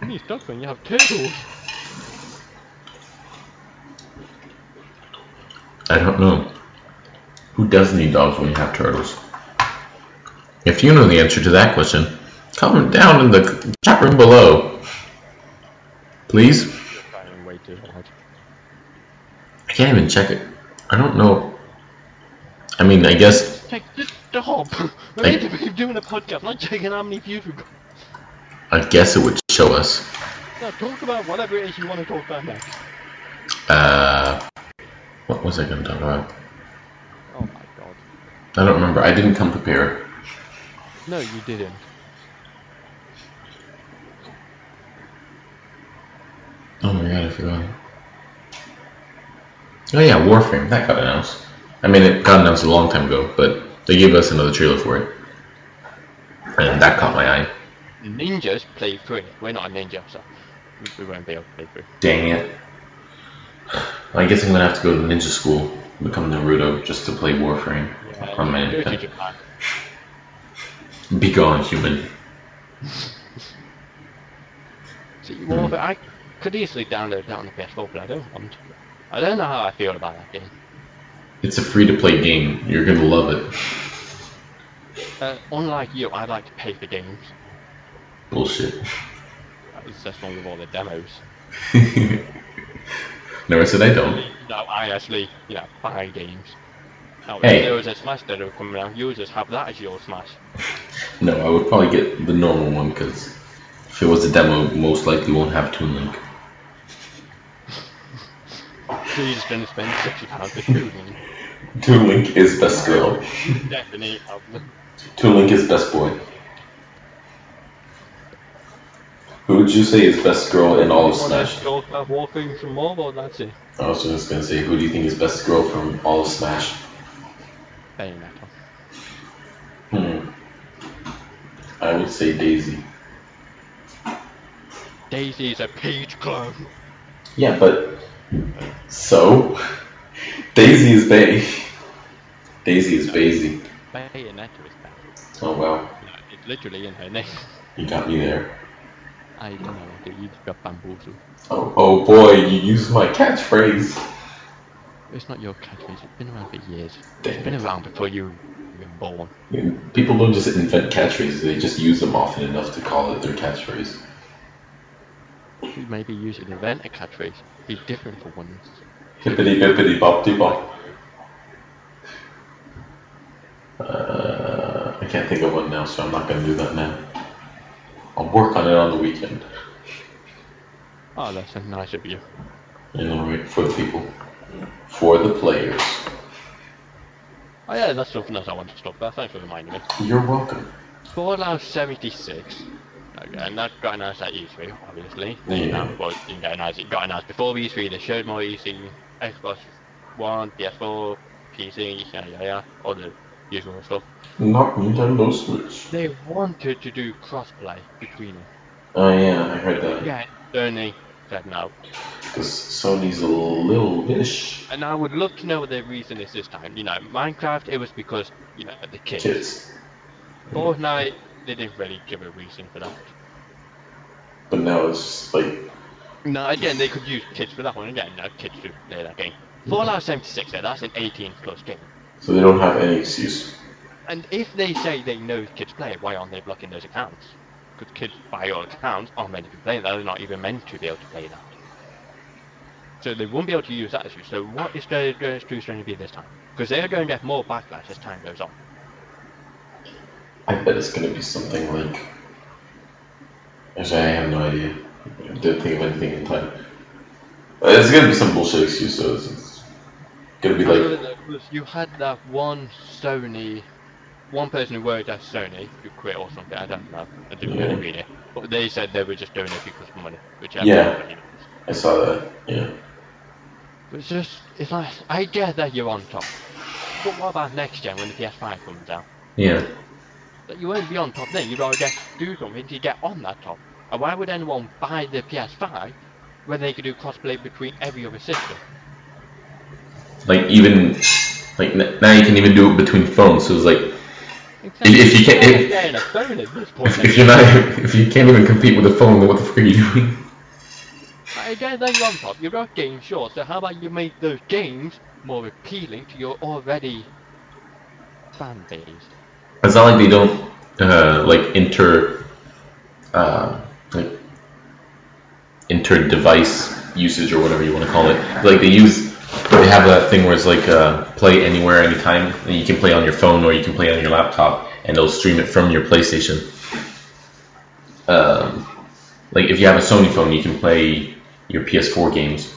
S2: You need dogs when you have turtles.
S1: I don't know. Who does need dogs when you have turtles? If you know the answer to that question, comment down in the chat room below. Please?
S2: You're trying way too hard.
S1: I can't even check it. I don't know. I mean, I guess
S2: Take the job. We're
S1: Like-
S2: meant to be doing a podcast, not checking how many views we've got.
S1: I guess it would show us.
S2: Now talk about whatever it is you want to talk about next.
S1: Uh, what was I going to talk about?
S2: Oh my god.
S1: I don't remember. I didn't come prepared.
S2: No, you didn't.
S1: Oh my god, I forgot. Oh yeah, Warframe. That got announced. I mean, it got announced a long time ago, but they gave us another trailer for it, and that caught my eye.
S2: Ninjas play free. We're not a ninja, so we- we won't be able to play free.
S1: Dang it! I guess I'm gonna have to go to ninja school, become Naruto, just to play Warframe on my
S2: go to
S1: Nintendo.
S2: Japan.
S1: Be gone, human.
S2: See, well, but I could easily download that on the PS4, but I don't want to. I don't know how I feel about that game.
S1: It's a free-to-play game. You're gonna love it.
S2: Uh, unlike you, I like to pay for games.
S1: Bullshit. *laughs*
S2: That's that's one of all the demos.
S1: Never said I don't.
S2: No, I actually, you know, buy games. Now,
S1: Hey.
S2: if there was a Smash that would come out, you would just have that as your Smash.
S1: No, I would probably get the normal one because if it was a demo, most likely won't have Toon Link.
S2: So you're just going to spend £60 for
S1: *laughs*
S2: shooting.
S1: Toon Link is best girl.
S2: Definitely have them.
S1: Toon Link is best boy. Who would you say is best girl in all of Smash?
S2: Talk about walking from mobile, that's it.
S1: I was just gonna say, who do you think is best girl from all of Smash?
S2: Bayonetta.
S1: Hmm. I would say Daisy.
S2: Daisy's a peach clone.
S1: Yeah, but so *laughs* Daisy is Bay. Daisy is Baisy.
S2: Bayonetta is bad.
S1: Oh wow,
S2: No, it's literally in her name.
S1: you got me there.
S2: I don't know, dude, you just got bamboozled.
S1: Oh, oh boy, you used my catchphrase.
S2: It's not your catchphrase, it's been around for years. It's
S1: Damn
S2: been
S1: it.
S2: around before you were born.
S1: People don't just invent catchphrases, they just use them often enough to call it their catchphrase.
S2: You maybe you should invent a catchphrase. Be different for once.
S1: Hippity bippity bop dee bop. Uh, I can't think of one now, so I'm not gonna do that now. I'll work on it on the weekend.
S2: Oh, that's so nice of you.
S1: You know, right, for the people. For the players.
S2: Oh yeah, that's something else I wanted to talk about. Thanks for reminding me.
S1: You're welcome.
S2: Fallout 76. Okay, and that got announced at E3, obviously. They
S1: Yeah.
S2: announced, well, didn't get announced, it got announced before E3. They showed more using Xbox One, PS4, PC, yada yada, yada, all the usual stuff.
S1: Not Nintendo Switch.
S2: They wanted to do crossplay between them.
S1: Oh yeah, I heard that.
S2: Yeah. Sony said no.
S1: Because Sony's a little bitch.
S2: And I would love to know what their reason is this time. You know, Minecraft, it was because, you know, the kids.
S1: Kids.
S2: Fortnite, they didn't really give a reason for that.
S1: But now it's just like
S2: No, again, they could use kids for that one. Again, no kids should play that game. Fallout 76, though, that's an 18 plus game.
S1: so they don't have any excuse.
S2: And if they say they know kids play it, why aren't they blocking those accounts? Because kids, by all accounts, aren't meant to be playing that. They're not even meant to be able to play that. So they won't be able to use that issue. So what is their their excuse going to be this time? Because they are going to get more backlash as time goes on.
S1: I bet it's gonna be something like. Actually, I have no idea. I didn't think of anything in time. Uh, It's gonna be some bullshit excuse, so it's, it's gonna be like,
S2: you had that one Sony, one person who worked at Sony who quit or something. I don't know. I didn't really
S1: Yeah.
S2: read it, but they said they were just doing it because of money, which I
S1: Yeah.
S2: don't believe.
S1: I saw that. Yeah.
S2: But It's just, it's like I get that you're on top, but what about next gen when the PS5 comes out?
S1: Yeah.
S2: That you won't be on top then. You'd rather just do something to get on that top. And why would anyone buy the PS5 when they could do crossplay between every other system?
S1: Like even like n- now you can even do it between phones. So it's like if you can't- if-
S2: They're in a phone at this point.
S1: if, if you're not if you can't even compete with a phone, then what the fuck are you doing?
S2: I get that you're on top. You're not game short, so how about you make those games more appealing to your already fan base?
S1: It's not like they don't uh, like inter uh, like inter device usage or whatever you want to call it. Like they use they have that thing where it's like uh, play anywhere, anytime, and you can play on your phone or you can play on your laptop, and they'll stream it from your PlayStation. Um, like if you have a Sony phone, you can play your PS4 games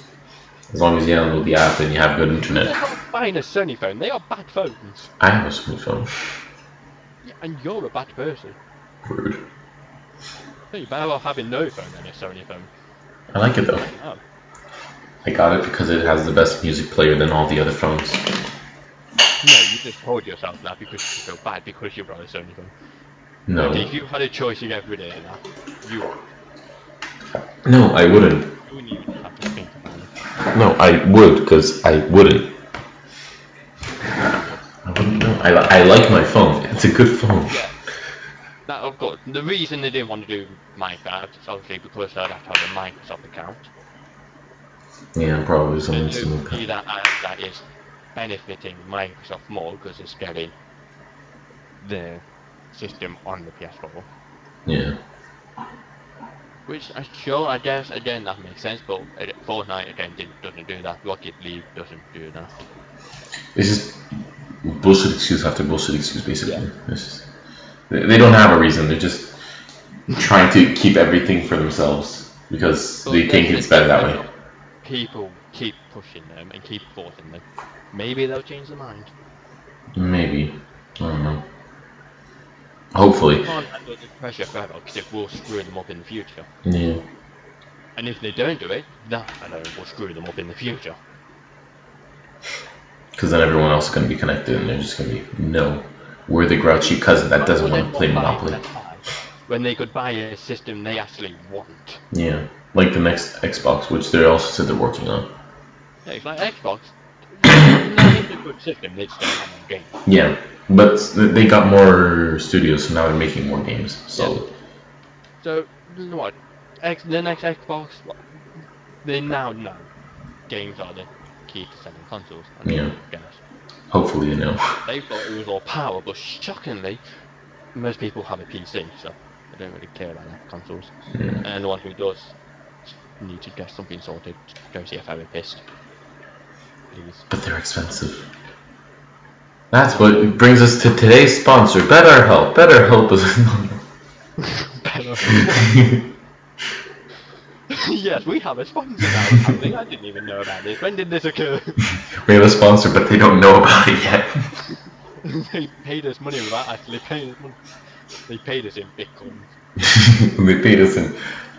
S1: as long as you download the app and you have good
S2: They're
S1: internet.
S2: not buying a Sony phone, they are bad phones.
S1: I have a Sony phone.
S2: Yeah, And you're a bad person.
S1: Rude.
S2: So you're better off having no phone than a Sony phone.
S1: I like it though.
S2: Oh.
S1: I got it because it has the best music player than all the other phones.
S2: No, you just told yourself that because you feel bad because you're on a Sony phone.
S1: No,
S2: If you had a choice to get rid of that, you would.
S1: no, I wouldn't.
S2: You wouldn't even have to think about it.
S1: No, I would because I wouldn't. I wouldn't know. I, li- I like my phone. It's a good phone.
S2: Yeah. Now, of course, the reason they didn't want to do Minecraft is obviously because they'd have to have a Microsoft account.
S1: Yeah, probably
S2: And
S1: something similar.
S2: see that as that is benefiting Microsoft more because it's getting the system on the PS4.
S1: Yeah,
S2: Which, I sure, I guess, again, that makes sense, but uh, Fortnite, again, didn't, doesn't do that. Rocket League doesn't do that.
S1: it's just bullshit excuse after bullshit excuse. Basically, it's just, they they don't have a reason. They're just trying to keep everything for themselves because
S2: But
S1: they
S2: then
S1: think it's better that
S2: it's-
S1: way.
S2: People keep pushing them and keep forcing them. Maybe they'll change their mind.
S1: Maybe I don't know. Hopefully,
S2: They can't handle the pressure forever because it will screw them up in the future.
S1: yeah.
S2: And if they don't do it, that alone will screw them up in the future.
S1: Because then everyone else is going to be connected, and they're just going to be no, we're the grouchy cousin that doesn't want to play Monopoly.
S2: When they could buy a system they actually want.
S1: Yeah, like the next Xbox, which they also said they're working on.
S2: Yeah, it's like
S1: *coughs*
S2: Xbox. no, it's a good system, they just don't have no game.
S1: Yeah, but they got more studios, so now they're making more games. So
S2: So, you know what? X, the next Xbox, what? they now know games are the key to selling consoles. And
S1: Yeah.
S2: guess.
S1: hopefully, you know.
S2: They thought it was all power, but shockingly, most people have a PC, so they don't really care about their consoles.
S1: Yeah.
S2: And the one who does need to get something sorted, go see a therapist. Please.
S1: But they're expensive. That's what brings us to today's sponsor, BetterHelp. BetterHelp is. *laughs*
S2: *laughs* yes, uh, we have a sponsor now. or something. I didn't even know about this. When did this occur? *laughs*
S1: we have a sponsor, but they don't know about it yet.
S2: they paid us money without actually paying us money. They paid us in
S1: *laughs*
S2: Bitcoin.
S1: they paid us in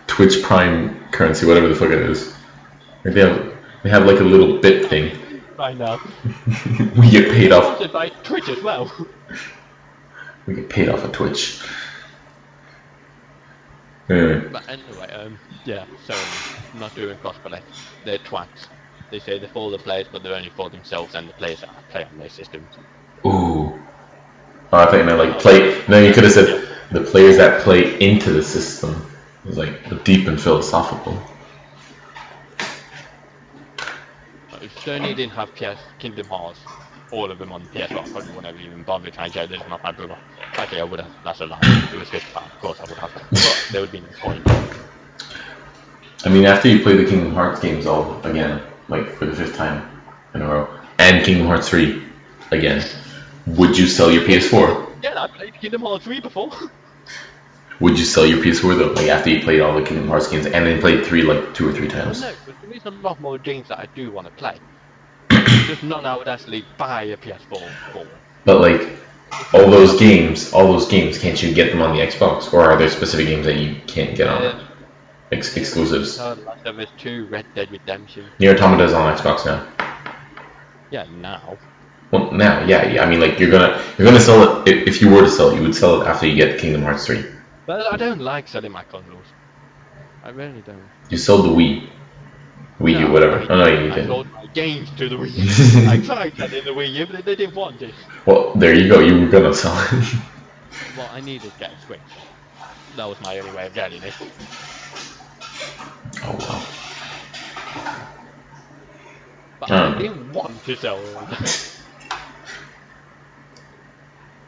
S1: Twitch Prime currency, whatever the fuck it is. Like they have they have like a little bit thing. *laughs*
S2: Right now.
S1: we get paid off.
S2: Sponsored by Twitch as well. *laughs*
S1: We get paid off of Twitch. Anyway,
S2: But anyway, um, yeah, so um, not doing crossplay. They're twats. They say they're for the players, but they're only for themselves and the players that play on their systems.
S1: ooh. Oh, I thought you meant like play. No, you could have said the players that play into the system. It was like deep and philosophical.
S2: Sony didn't have PS Kingdom Hearts, all of them on PS1. I probably wouldn't have even bothered trying to get this my brother. Actually, I would have. That's a lie. It was fifty pound. Of course, I would have. But there would be no point.
S1: I mean, after you play the Kingdom Hearts games all again, like for the fifth time in a row, and Kingdom Hearts 3 again, would you sell your PS4?
S2: Yeah, I played Kingdom Hearts 3 before. *laughs*
S1: Would you sell your PS4 though? Like after you played all the Kingdom Hearts games and then played 3 like two or three times?
S2: no, but there is a lot more games that I do want to play. Just none I would actually buy a PS4 for.
S1: But like all those games, all those games, can't you get them on the Xbox? Or are there specific games that you can't get on
S2: Um,
S1: Ex- exclusives?
S2: Uh, Last of Us 2, Red Dead Redemption.
S1: Nier Automata's on Xbox now.
S2: Yeah, now.
S1: Well, now, yeah, yeah. I mean, like you're gonna you're gonna sell it if if you were to sell it, you would sell it after you get Kingdom Hearts 3.
S2: But I don't like selling my consoles. I really don't.
S1: You sold the Wii, Wii U,
S2: No,
S1: whatever.
S2: I-
S1: Oh no, you
S2: I
S1: didn't.
S2: sold my games to the Wii. U. I tried selling the Wii U, but they didn't want it.
S1: Well, there you go. You were gonna sell it. *laughs*
S2: Well, I needed to get a Switch. That was my only way of getting it.
S1: oh wow.
S2: But
S1: Hmm.
S2: I didn't want to sell them.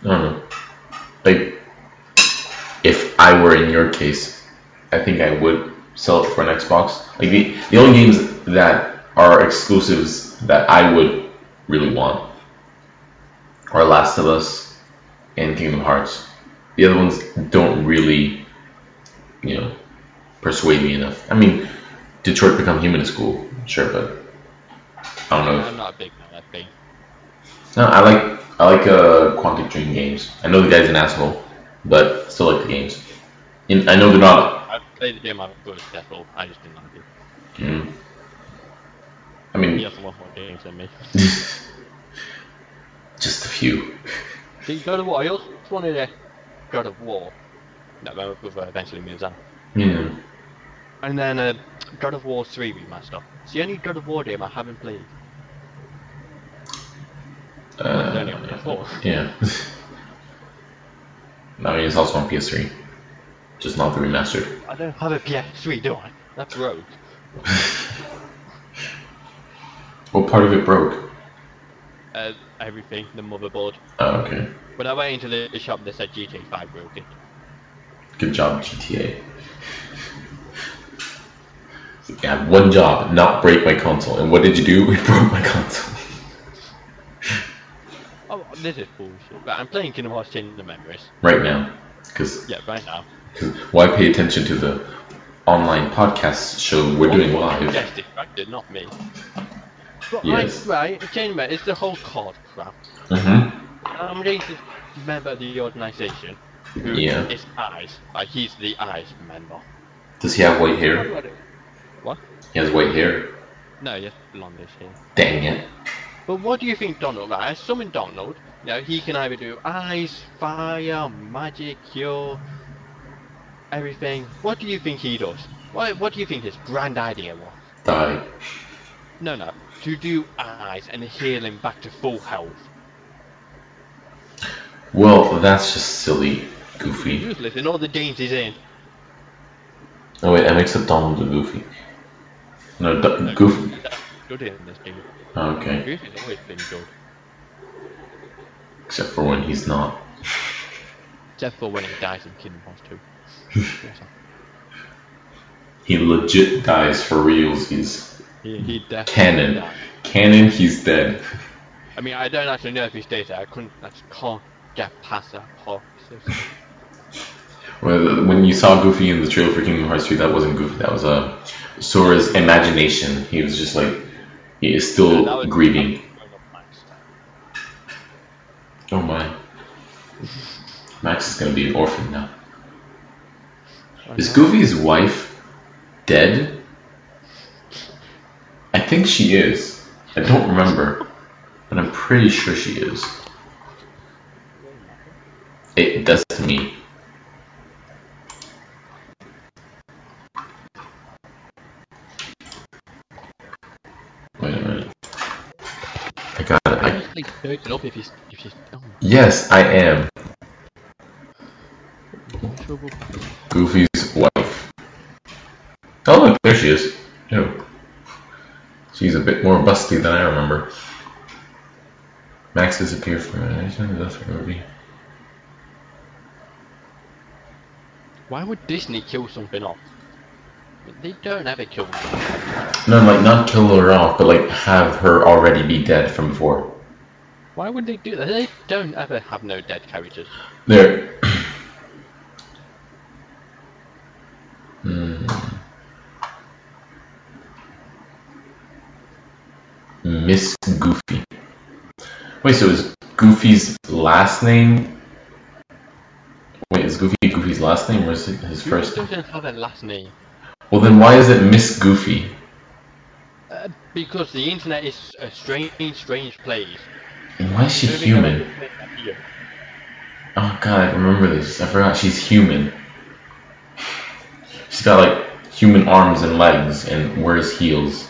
S1: I don't know. Mm-hmm. Like, if I were in your case, I think I would sell it for an Xbox. Like the the only games that are exclusives that I would really want are Last of Us and Kingdom Hearts. The other ones don't really, you know, persuade me enough. I mean, Detroit Become Human is cool, sure, but I don't know. if-
S2: I'm not a big fan of that thing.
S1: no, I like I like uh, Quantic Dream games. I know the guy's an asshole, but still like the games. And I know they're not.
S2: I played the game, I was successful. I just didn't like it.
S1: Mm, I
S2: He
S1: mean,
S2: doesn't want more games than me.
S1: just a few.
S2: See, God of War, I also wanted a God of War. That my brother eventually moves on.
S1: Yeah.
S2: And then uh, God of War 3 remaster. It's the only God of War game I haven't played. It's only on
S1: Uh,
S2: PS4.
S1: yeah. *laughs* I mean, it's also on PS3, just not the remastered.
S2: I don't have a PS3, do I? That's rogue.
S1: What Oh, part of it broke?
S2: Uh, everything, the motherboard.
S1: Oh, okay.
S2: When I went into the shop, they said GTA 5 broke it.
S1: Good job, GTA. *laughs* I have one job, not break my console. And what did you do? *laughs* It broke my console.
S2: Oh, this is bullshit. But I'm playing Kingdom Hearts Chain of the Memories.
S1: right now because
S2: Yeah, right now.
S1: why pay attention to the online podcast show we're doing live
S2: Yes, distracted, not me. But
S1: Yes.
S2: like, right, Chain of Memories, it's the whole card crap.
S1: mm-hmm.
S2: I'm going to member of the organization. Who is
S1: Yeah.
S2: eyes. Like, he's the eyes member.
S1: does he have white hair
S2: What?
S1: he has white hair
S2: No, yes, blonde is here.
S1: dang it
S2: But what do you think Donald right? I summon Donald. You know, he can either do eyes, fire, magic, cure, everything. What do you think he does? What, what do you think his grand idea was?
S1: die
S2: No, no. To do eyes and heal him back to full health.
S1: well that's just silly goofy
S2: Useless in all the games he's in.
S1: oh wait i mixed up donald and goofy no D- goofy
S2: Good in this game.
S1: oh, okay
S2: Goofy's always been good.
S1: except for when he's not
S2: Except for when he dies in Kingdom Hearts 2. Yes,
S1: he legit dies for realsies
S2: he, he definitely
S1: canon
S2: dies.
S1: canon he's dead
S2: I mean, I don't actually know if he stays there. I couldn't. I just can't get past that part.
S1: Well, When you saw Goofy in the trailer for Kingdom Hearts 3, that wasn't Goofy. That was uh, Sora's imagination. He was just like, he is still
S2: That was-
S1: grieving. Oh my. Max is gonna be an orphan now.
S2: I
S1: Is
S2: know.
S1: Goofy's wife dead? I think she is. I don't remember, but I'm pretty sure she is. It does to me. Wait a minute. I got it. I,
S2: Honestly, search it up if he's if he's done.
S1: yes, I am.
S2: No trouble.
S1: Goofy's wife. Oh look, there she is. Ew. She's a bit more busty than I remember. Max disappeared for a minute.
S2: Why would Disney kill something off? They don't ever kill. Them.
S1: No, like not kill her off, but like have her already be dead from before.
S2: Why would they do that? They don't ever have no dead characters.
S1: There. Hmm. Miss Goofy. Wait, so is Goofy's last name? Wait, is Goofy Goofy's last name or is it his first?
S2: Goofy doesn't have a last name
S1: Well, then why is it Miss Goofy?
S2: uh, because the internet is a strange, strange place.
S1: And why is she
S2: Moving on
S1: human?
S2: to the next year.
S1: Oh god, I remember this. I forgot she's human. She's got like human arms and legs and wears heels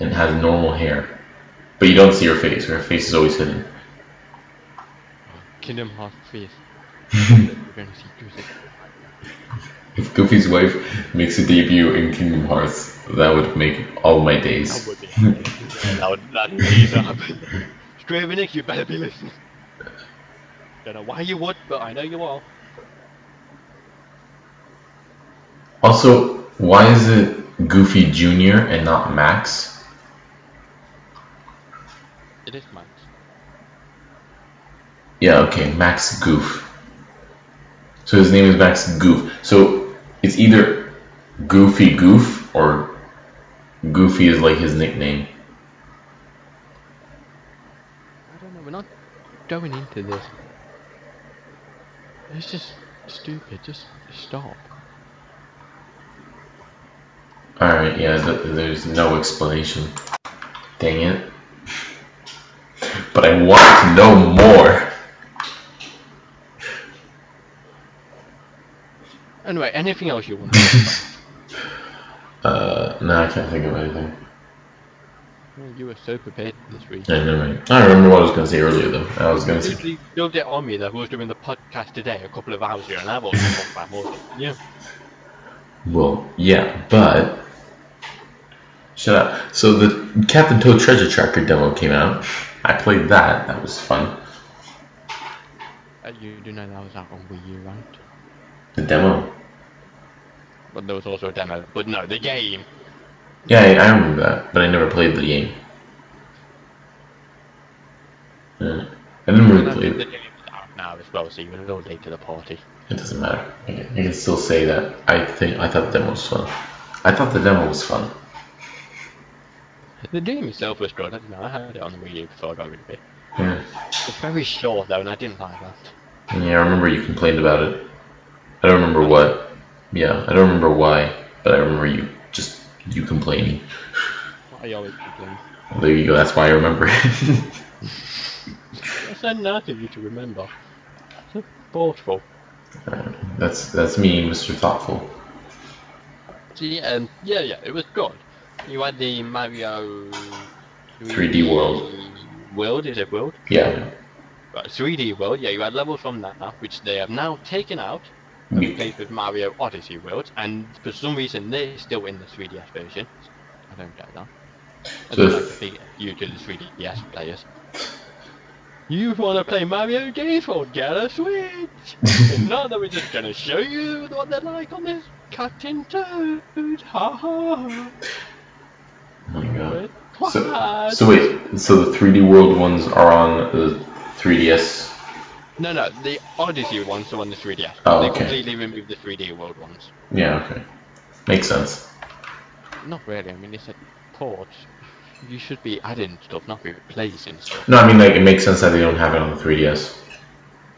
S1: and has normal hair. But you don't see her face. Her face is always hidden.
S2: Kingdom Hearts 3 is-
S1: *laughs*
S2: We're gonna see Goofy.
S1: If Goofy's wife makes a debut in Kingdom Hearts, that would make all my
S2: That
S1: days.
S2: would be. that would that needs to happen.
S1: *laughs*
S2: Scriven Nick, you better be listening. Don't know why you would, but I know you are.
S1: Also, why is it Goofy Jr. and not Max?
S2: It is Max.
S1: Yeah, okay, Max Goof. So his name is Max Goof. So it's either Goofy Goof or Goofy is like his nickname.
S2: I don't know. We're not going into this. It's just stupid. Just stop.
S1: Alright, yeah, th- there's no explanation. Dang it. But I want to know more.
S2: Anyway, anything else you *laughs* want?
S1: Uh, no, I can't think of anything.
S2: Oh, you were so prepared this week. *laughs*
S1: I know, right? I remember what I was gonna say earlier though. I was gonna say,
S2: Literally built it on me that I was doing the podcast today a couple of hours ago, and I've already gone back more. Yeah.
S1: well, yeah, but shut up. So the Captain Toad Treasure Tracker demo came out. I played that. That was fun.
S2: Uh, you do know that was out on Wii U, right?
S1: The demo.
S2: But there was also a demo. But no, the game.
S1: Yeah, I, I remember that, but I never played the game. Yeah. Uh, I didn't
S2: And
S1: really
S2: I
S1: play
S2: think
S1: it.
S2: *laughs* the game is out now as well, so you can all date to the party.
S1: It doesn't matter. I can, I can still say that I think I thought the demo was fun. I thought the demo was fun.
S2: The game itself was good. I don't know. I had it on the Wii U before I got rid of it.
S1: Yeah.
S2: It's very short though, and I didn't like that.
S1: Yeah, I remember you complained about it. I don't remember what. Yeah, I don't remember why, but I remember you just you complaining.
S2: I always complain.
S1: Well, there you go. That's why I remember it. *laughs*
S2: It's so nice of you to remember. So thoughtful.
S1: that's that's me, Mr. Thoughtful.
S2: So yeah, um, yeah, yeah. It was good. You had the Mario
S1: 3D world.
S2: World is it world?
S1: Yeah.
S2: Right, 3D world. Yeah, you had levels from that, which they have now taken out. and
S1: *laughs* We-
S2: replaced with Mario Odyssey world, and for some reason they're still in the 3DS version. I don't get that. I
S1: So
S2: don't
S1: if-
S2: like the you to the 3DS players. You want to play Mario games? Well, get a Switch! if
S1: Oh
S2: not, then we're just going to show you what they're like on this cutting toad. Ha ha!
S1: Oh my god.
S2: With
S1: So,
S2: quads.
S1: so wait. So the 3D world ones are on the 3DS.
S2: No, no, the Odyssey ones are on the 3DS.
S1: Oh,
S2: they
S1: okay.
S2: completely removed the 3D world ones.
S1: Yeah. Okay. Makes sense.
S2: Not really, I mean, it's a port. You should be adding stuff, not replacing stuff.
S1: No, I mean like it makes sense that they don't have it on the 3DS.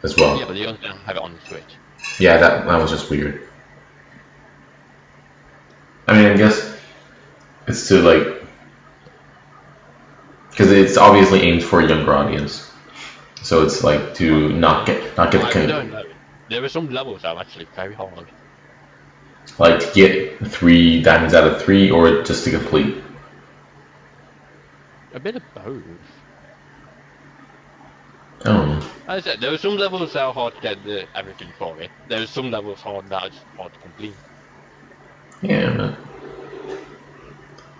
S1: as well.
S2: Yeah, but you don't have it on the Switch.
S1: Yeah, that that was just weird. I mean, I guess it's to like because it's obviously aimed for a younger audience, so it's like to not get not get the
S2: I
S1: kind
S2: don't know. There are some levels I'm actually very hard.
S1: like to get three diamonds out of three or just to complete.
S2: A bit of both.
S1: I don't know.
S2: As I said, there are some levels that are hard to get the, everything for it. There are some levels hard that are just hard to complete.
S1: Yeah, man.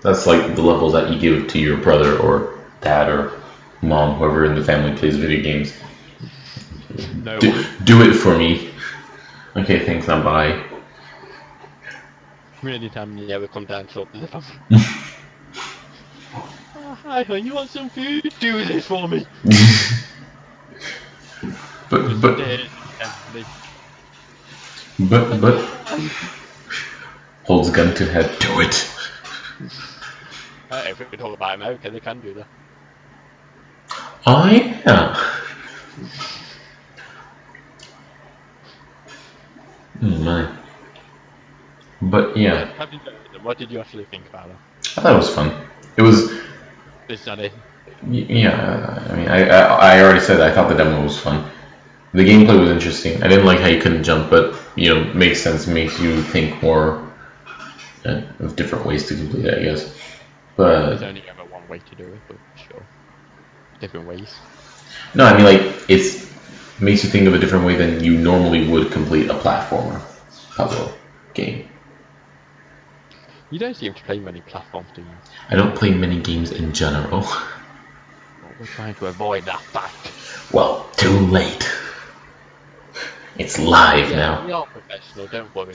S1: That's like the levels that you give to your brother or dad or mom, whoever in the family plays video games.
S2: No.
S1: Do, do it for me. Okay, thanks, I'm bye.
S2: Really time you ever come down to sort the *laughs* level. oh, hi, hon, you want some food? Do this for me.
S1: But, but,
S2: Dead. deadly.
S1: but, but. Holds gun to head, do it.
S2: Uh, if we could talk about America, they can do that.
S1: Oh, yeah. Oh, my. But, yeah,
S2: Have you done it? What did you actually think about it?
S1: I thought it was fun. It was.
S2: It's not it.
S1: Y- Yeah, I mean, I, I, I already said I thought the demo was fun. The gameplay was interesting. I didn't like how you couldn't jump, but you know, makes sense. Makes you think more uh, of different ways to complete it, I guess.
S2: There's
S1: But
S2: only ever one way to do it, but sure. Different ways.
S1: no, I mean, like it's makes you think of a different way than you normally would complete a platformer puzzle game.
S2: You don't seem to play many platforms, do you?
S1: I don't play many games in general.
S2: Well, we're trying to avoid that fact.
S1: *laughs* Well, too late. It's live now.
S2: We are professional, don't worry.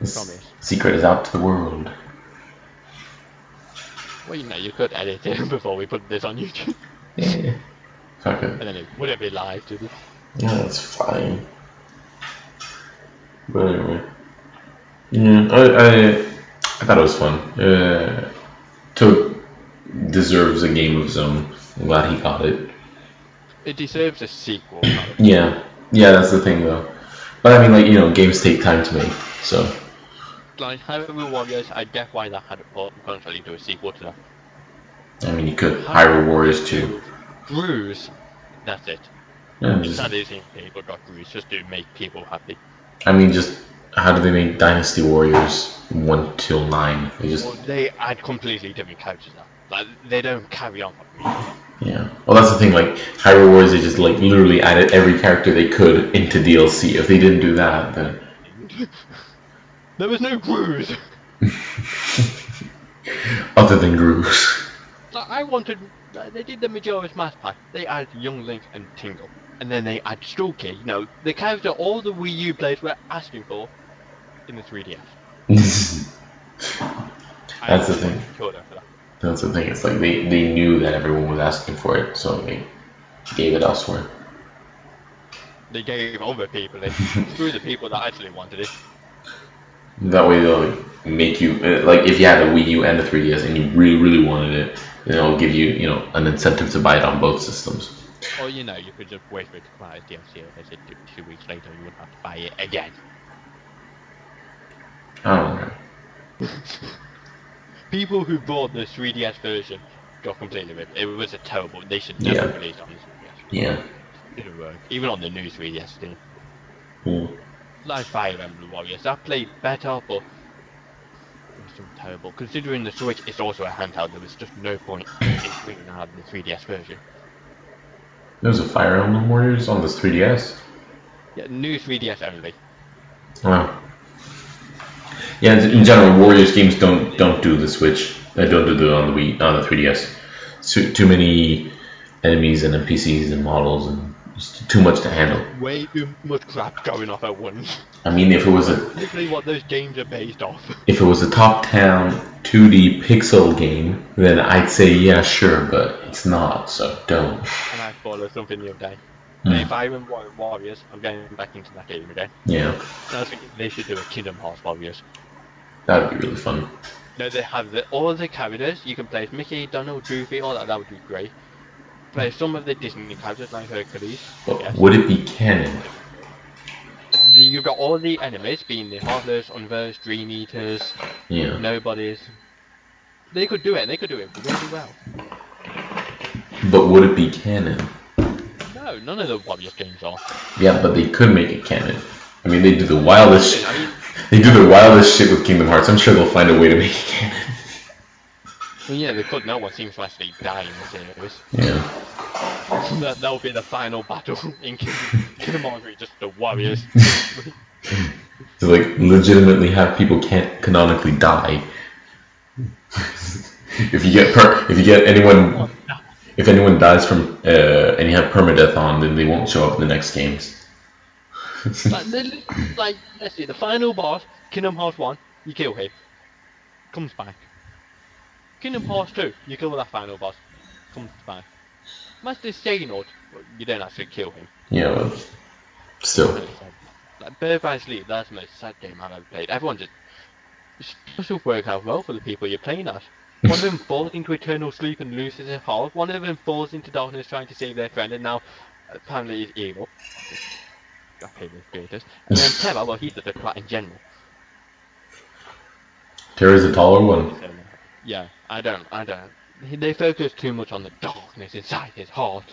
S1: This
S2: promise.
S1: secret is out to the world.
S2: Well, you know, you could edit it *laughs* before we put this on YouTube.
S1: Yeah. Fuck it.
S2: And then it wouldn't be live, did it?
S1: Yeah, that's fine. But anyway, yeah, I, I, I thought it was fun. Uh, Took deserves a game of his own. I'm glad he got it.
S2: It deserves a sequel. though.
S1: Yeah, yeah, that's the thing though. But I mean, like you know, games take time to make. So
S2: like, Hyrule Warriors, I get why that had a potentially do a sequel to that.
S1: I mean, you could Hyrule Warriors too.
S2: Bruise. That's it.
S1: Yeah,
S2: It's
S1: just,
S2: not easy if people got bruised, just to make people happy.
S1: I mean, just how do they make Dynasty Warriors one till nine? They just
S2: Well, they add completely different characters now. Like, they don't carry on *laughs* with me.
S1: Yeah. Well, that's the thing. Like Hyrule Warriors, they just like literally added every character they could into DLC. If they didn't do that, then
S2: There was no bruise.
S1: other than Grooves,
S2: Like, I wanted. Like, they did the Majora's Mask pack. They added Young Link and Tingle, and then they add Stalker. You know, the character all the Wii U players were asking for in the 3DS.
S1: *laughs* that's
S2: I
S1: That's the thing.
S2: secured after that.
S1: the thing. It's like they they knew that everyone was asking for it, so they gave it elsewhere.
S2: They gave other people it. Screw the people that actually wanted it.
S1: That way they'll like, make you uh, like if you had a Wii U and a 3DS and you really really wanted it, then it'll give you you know an incentive to buy it on both systems.
S2: Or you know, you could just wait for it to come out as DLC. Or they said two, two weeks later, you wouldn't have to buy it again.
S1: I don't know.
S2: People who bought the 3DS version got completely ripped. It was a terrible. They should never
S1: Yeah.
S2: release it on the 3DS.
S1: Yeah.
S2: It didn't work. Even on the new 3DS, it didn't.
S1: Yeah.
S2: like Fire Emblem Warriors. I played better, but it was still terrible. Considering the Switch is also a handheld, there was just no point in bringing out the 3DS version.
S1: There was a Fire Emblem Warriors on this 3DS.
S2: Yeah, new 3DS only.
S1: Wow. Yeah, in general, Warriors games don't don't do the Switch. They don't do it on the Wii, on the 3DS. Too, too many enemies and NPCs and models and just too much to handle.
S2: Way too much crap going off at once.
S1: I mean, if it was a
S2: Literally what those games are based off. *laughs*
S1: if it was a top-down 2D pixel game, then I'd say yeah, sure, but it's not, so don't.
S2: And I followed something the other day.
S1: Hmm.
S2: If I Emblem War- Warriors, I'm going back into that game again.
S1: Yeah,
S2: And I was thinking they should do a Kingdom Hearts Warriors.
S1: that would be really fun.
S2: No, they have the, all the characters. You can play as Mickey, Donald, Goofy, all that. That would be great. play some of the Disney characters like Hercules.
S1: But
S2: yes.
S1: would it be canon?
S2: The- You've got all the enemies being the Heartless, Unversed, Dream Eaters,
S1: Yeah.
S2: Nobodies. They could do it, and they could do it really well.
S1: But would it be canon?
S2: No, none of the Warriors games are.
S1: Yeah, but they could make it canon. I mean, they do the wildest.
S2: I mean,
S1: They do the wildest shit with Kingdom Hearts. I'm sure they'll find a way to make it canon. *laughs*
S2: well, yeah, they could. No one seems to actually die in the series.
S1: Yeah.
S2: That, that'll be the final battle in Kingdom Kingdom Hearts, where it's just the Warriors.
S1: To like legitimately have people can't canonically die. *laughs* if you get per- if you get anyone if anyone dies from uh, and you have permadeath on, then they won't show up in the next games.
S2: like, the- like, let's see, the final boss, Kingdom Hearts 1, you kill him. Comes back. Kingdom Hearts 2, you kill that final boss. Comes back. Master Xehanort, well, you don't actually kill him.
S1: Yeah, well, still.
S2: Really sad. Like, Bird by Sleep, that's the most sad game I've ever played. Everyone just. It doesn't work out well for the people you're playing at. One of them falls into eternal sleep and loses his heart. One of them falls into darkness trying to save their friend and now apparently is evil. I hate those creators. And then Teva, well, he's just a twat in general.
S1: Terry's a taller one.
S2: So, yeah, I don't, I don't. He- They focus too much on the darkness inside his heart.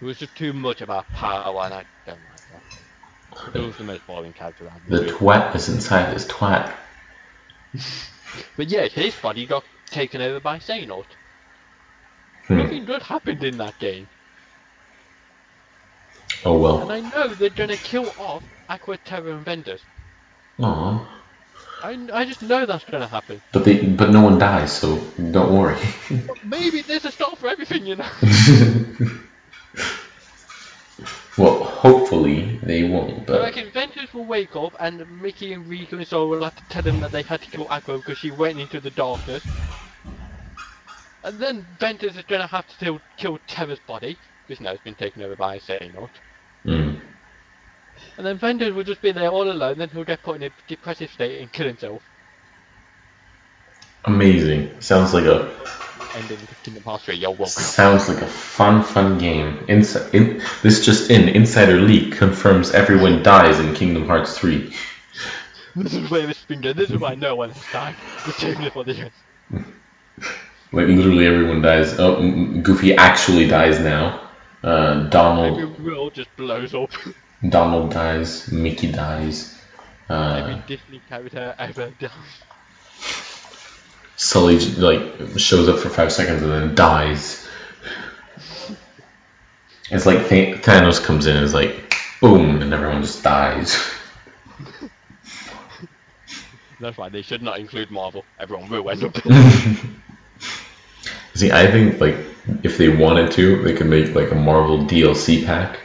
S2: It was just too much about power, and I don't like that. It was the most boring character I've
S1: The
S2: ever seen.
S1: twat is inside his twat.
S2: But yeah, his body got taken over by Xehanort.
S1: Hmm.
S2: Nothing good happened in that game.
S1: Oh
S2: And
S1: well.
S2: I know they're gonna kill off Aqua, Terra, and Vendors.
S1: Aww.
S2: I, I just know that's gonna happen.
S1: But they but no one dies, so don't worry. *laughs*
S2: Maybe there's a start for everything, you know?
S1: well, hopefully they won't.
S2: I
S1: But
S2: reckon Ventus will wake up and Mickey and Rico and Sora will have to tell them that they had to kill Aqua because she went into the darkness. And then Ventus is going to have to kill, kill Terra's body, because now it's been taken over by Xehanort.
S1: mm,
S2: And then Ventus will just be there all alone, then he'll get put in a depressive state and kill himself.
S1: amazing. Sounds like a
S2: Ending Kingdom Hearts 3, you're welcome. *laughs*
S1: Sounds like a fun, fun game. Insi- in- this just in: Insider leak confirms everyone dies in Kingdom Hearts 3.
S2: this is where it's been going, this is why no one has died. Just saving it for the end.
S1: Like literally everyone dies. Oh, m- m- Goofy actually dies now. Uh,
S2: Every
S1: Donald,
S2: world just blows up. *laughs*
S1: Donald dies. Mickey dies.
S2: Every
S1: Uh,
S2: Disney character ever dies.
S1: Sully j- like shows up for five seconds and then dies. It's like Th- Thanos comes in and is like, boom, and everyone just dies. *laughs*
S2: That's why they should not include Marvel. Everyone will end up.
S1: See, I think like if they wanted to, they could make like a Marvel DLC pack,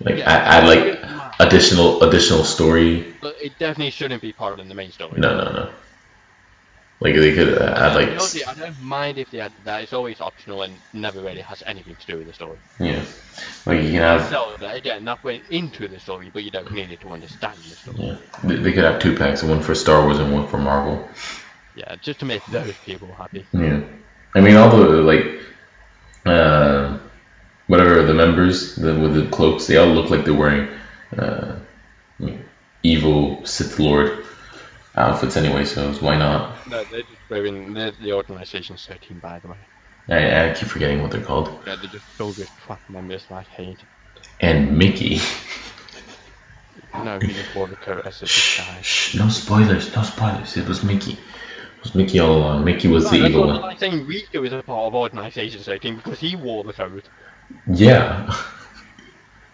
S1: like
S2: Yeah.
S1: add, add like additional additional story.
S2: but it definitely shouldn't be part of the main story.
S1: No, no, no. Like they could uh, add like s-
S2: Honestly, I don't mind if they add that. It's always optional and never really has anything to do with the story.
S1: yeah, like you can have
S2: So but again, that went into the story, but you don't need it to understand the story.
S1: yeah. They, they could have two packs, one for Star Wars and one for Marvel.
S2: Yeah, just to make those people happy.
S1: Yeah, I mean all the like uh, whatever the members the, with the cloaks, they all look like they're wearing uh, evil Sith Lord outfits anyway. So why not?
S2: No, they're just wearing they're the organization's 13, by the way.
S1: I, I keep forgetting what they're called.
S2: Yeah, they're just soldiers, twat members like hate.
S1: And Mickey.
S2: No, he just wore the coat as
S1: *laughs*
S2: a disguise.
S1: Shh, no spoilers, no spoilers. It was Mickey. It was Mickey all along. Mickey was the
S2: Right, that's
S1: evil
S2: what I
S1: one.
S2: like saying Riku is a part of Organization 13 because he wore the coat.
S1: Yeah.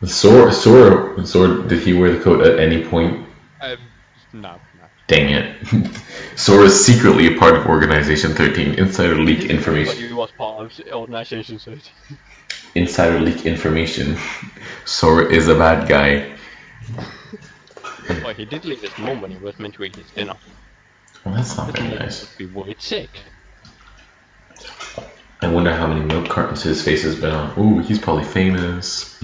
S1: Sora, Sora, Sora, did he wear the coat at any point?
S2: Um, no, no.
S1: Dang it. *laughs* Sora's secretly a part of Organization 13. Insider leak information.
S2: He was part of Organization 13.
S1: Insider leak information. *laughs* Sora is a bad guy.
S2: Well, he did leave his mum when he was meant to eat his dinner.
S1: Well, that's not very nice.
S2: Nice. He worried sick.
S1: I wonder how many milk cartons his face has been on. Ooh, he's probably famous.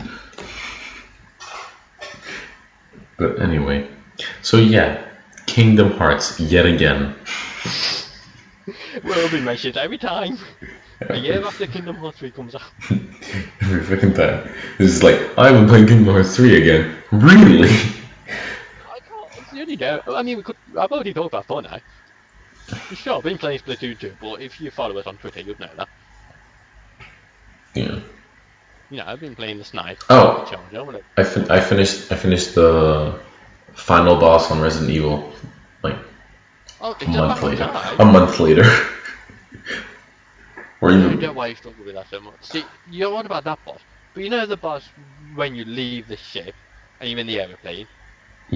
S1: But anyway, so yeah, Kingdom Hearts yet again.
S2: Will be measured every time. A year after Kingdom Hearts 3 comes out.
S1: Every fucking time. This is like, I haven't played Kingdom Hearts 3 again. Really?
S2: I can't. It's the only doubt. I mean, we could. I've already talked about Fortnite. Sure, I've been playing Splatoon 2, but if you follow us on Twitter, you'd know that.
S1: *laughs* Yeah.
S2: You know, I've been playing the Snipe.
S1: Oh.
S2: the Challenger, when it-
S1: I, fin- I finished I finished the final boss on Resident Evil like
S2: Oh, it's
S1: a month later.
S2: Time.
S1: A month later. *laughs* or
S2: I don't
S1: even
S2: know why you struggle with that so much. See, you're on about that boss, but you know the boss when you leave the ship and you're in the aeroplane. Or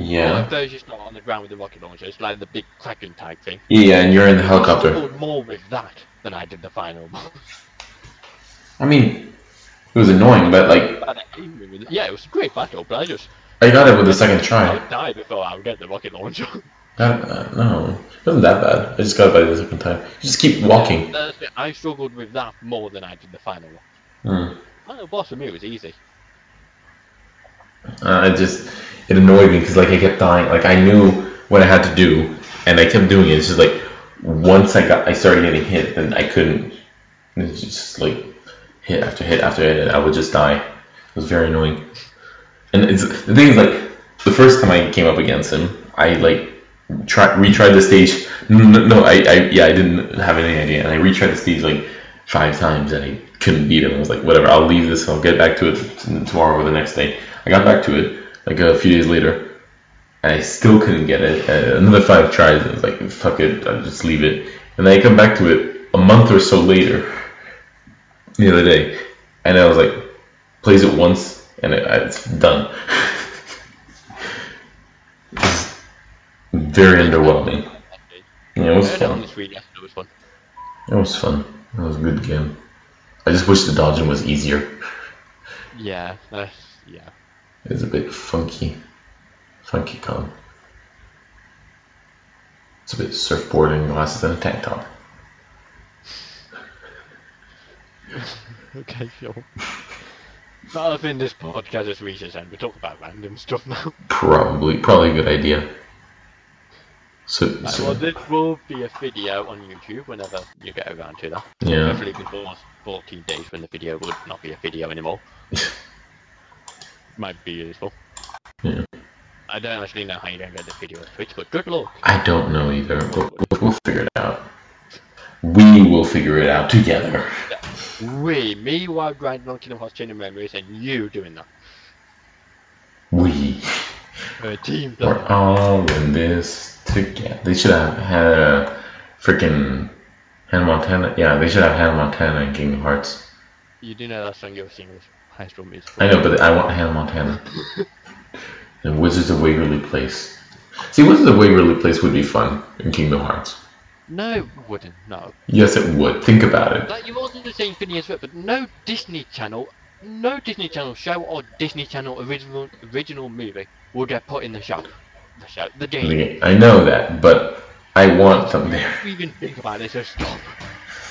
S1: yeah.
S2: if those you start on the ground with the rocket launcher, it's like the big Kraken type thing.
S1: Yeah, and you're in the
S2: I
S1: helicopter.
S2: struggled more with that than I did the final *laughs* boss.
S1: I mean, it was annoying, but like
S2: And I even with it- yeah, it was a great battle, but I just
S1: I got it with the second
S2: I
S1: try.
S2: would die before I would get the rocket launcher. *laughs*
S1: That, uh, no, it wasn't that bad. I just got it by the second time. You just keep walking.
S2: That's it, I struggled with that more than I did the final one.
S1: Hmm.
S2: Final boss for me was easy.
S1: Uh, it just it annoyed me because like I kept dying. Like I knew what I had to do, and I kept doing it. It's just like once I got I started getting hit, then I couldn't. It's just like hit after hit after hit, and I would just die. It was very annoying. And it's the thing is like the first time I came up against him, I like try, retried the stage. No, no, I, I yeah I didn't have any idea, and I retried the stage like five times, and I couldn't beat him. I was like, whatever, I'll leave this. I'll get back to it t- tomorrow or the next day. I got back to it like a few days later, and I still couldn't get it. Uh, another five tries, and I was like, fuck it, I'll just leave it. And then I come back to it a month or so later, the other day, and I was like, plays it once, and it, it's done. *laughs* It's Very underwhelming. Yeah, it was
S2: Burnout
S1: fun.
S2: on the 3DS was fun.
S1: It was fun. It was a good game. I just wish the dodging was easier.
S2: Yeah, that's, yeah.
S1: It's a bit funky. Funky con. It's a bit surfboard and glasses and a tank top.
S2: Okay,
S1: *laughs*
S2: sure. But I think this podcast is reaches and we talk about random stuff now.
S1: Probably, probably a good idea. So,
S2: Right,
S1: so-
S2: well, this will be a video on YouTube whenever you get around to that.
S1: yeah,
S2: Hopefully before 14 days when the video would not be a
S1: *laughs*
S2: video anymore. Might be useful.
S1: Yeah.
S2: I don't actually know how you don't get the video on Twitch, but good luck.
S1: I don't know either, but we'll, we'll figure it out. We will figure it out together.
S2: We, me while grinding on Kingdom Hearts Chain of Memories and you doing that.
S1: We
S2: Uh, team play.
S1: are all in this together. They should have had a freaking Hannah Montana. Yeah, they should have Hannah Montana in Kingdom Hearts.
S2: You do know that song you were singing was High School Musical.
S1: I know, but I want Hannah Montana. and Wizards of Waverly Place. See, Wizards of Waverly Place would be fun in Kingdom Hearts.
S2: No, it wouldn't, no.
S1: Yes, it would. Think about it.
S2: Like you also the same Phineas Rip, but no Disney Channel, no Disney Channel show or Disney Channel original original movie will get put in the show. The show, the
S1: I
S2: game.
S1: think- I know that, but I want them there.
S2: You even think about it, so stop.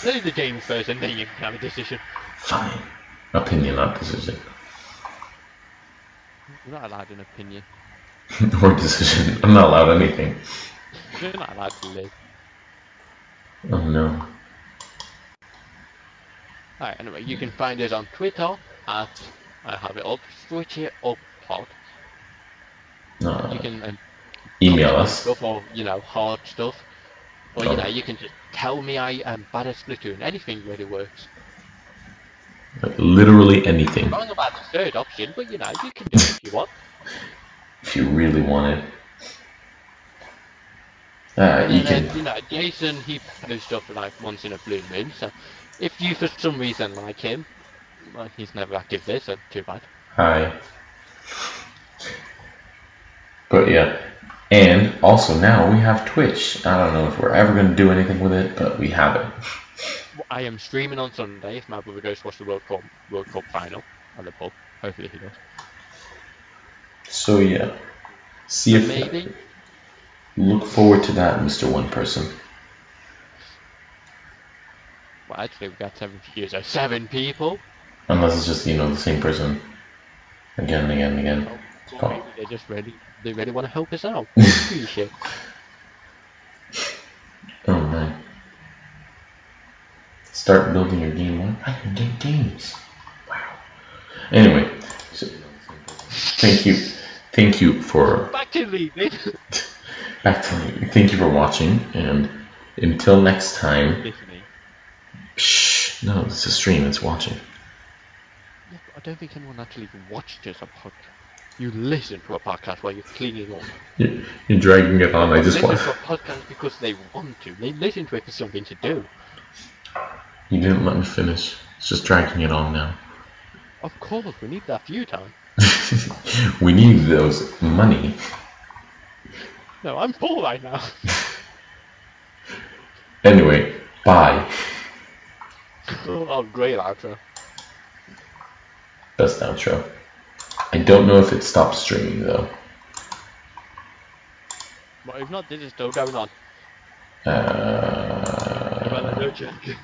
S2: Play the game first, and then you can have a decision.
S1: Fine. Opinion, not decision. *laughs*
S2: You're not allowed an opinion.
S1: or decision. I'm not allowed anything.
S2: You're not allowed to live.
S1: Oh no.
S2: Alright, anyway, you can find us on Twitter at I have it up. Switch it up pod.
S1: No.
S2: You can um,
S1: Email
S2: comment on
S1: us.
S2: stuff or you know hard stuff, or
S1: Oh.
S2: you know you can just tell me I am bad at Splatoon. Anything really works.
S1: Like, literally anything.
S2: wrong about the third option, but you know, you can do it if you want.
S1: If you really want it. Uh, you
S2: *laughs* And
S1: can.
S2: then, you know, Jason, he posts stuff like once in a blue moon, so if you for some reason like him, well, he's never active there, so too bad.
S1: Hi. But yeah. And also now we have Twitch. I don't know if we're ever gonna do anything with it, but we have it.
S2: I am streaming on Sunday if my brother goes to watch the World Cup, World Cup final at the pub. Hopefully he does.
S1: So yeah. See if
S2: Maybe.
S1: look forward to that, Mr. One Person.
S2: Well, actually, we've got seven views, so seven people.
S1: Unless it's just, you know, the same person. Again and again and again.
S2: Oh, well, maybe they just really, they really want to *laughs* help us out. Appreciate.
S1: Oh my. start building your game. Why I can get games? Wow. Anyway, so, thank you, thank you for
S2: Back to leaving.
S1: back to thank you for watching, and until next time.
S2: Listening.
S1: Shh, no, it's a stream. It's watching.
S2: Yeah, but I don't think anyone actually even watches a podcast. You listen to a podcast while you're cleaning up.
S1: You're, you're dragging it on. I just
S2: listen
S1: want.
S2: to a podcast because they want to. They listen to it for something to do.
S1: You didn't let me finish. It's just dragging it on now. *laughs*
S2: Of course, we need that view time.
S1: we need those money.
S2: No, I'm poor right now. *laughs*
S1: Anyway, bye.
S2: oh, great outro.
S1: Best outro. I don't know if it stopped streaming though.
S2: But if not, this is still going on.
S1: Uh,
S2: Well, no check.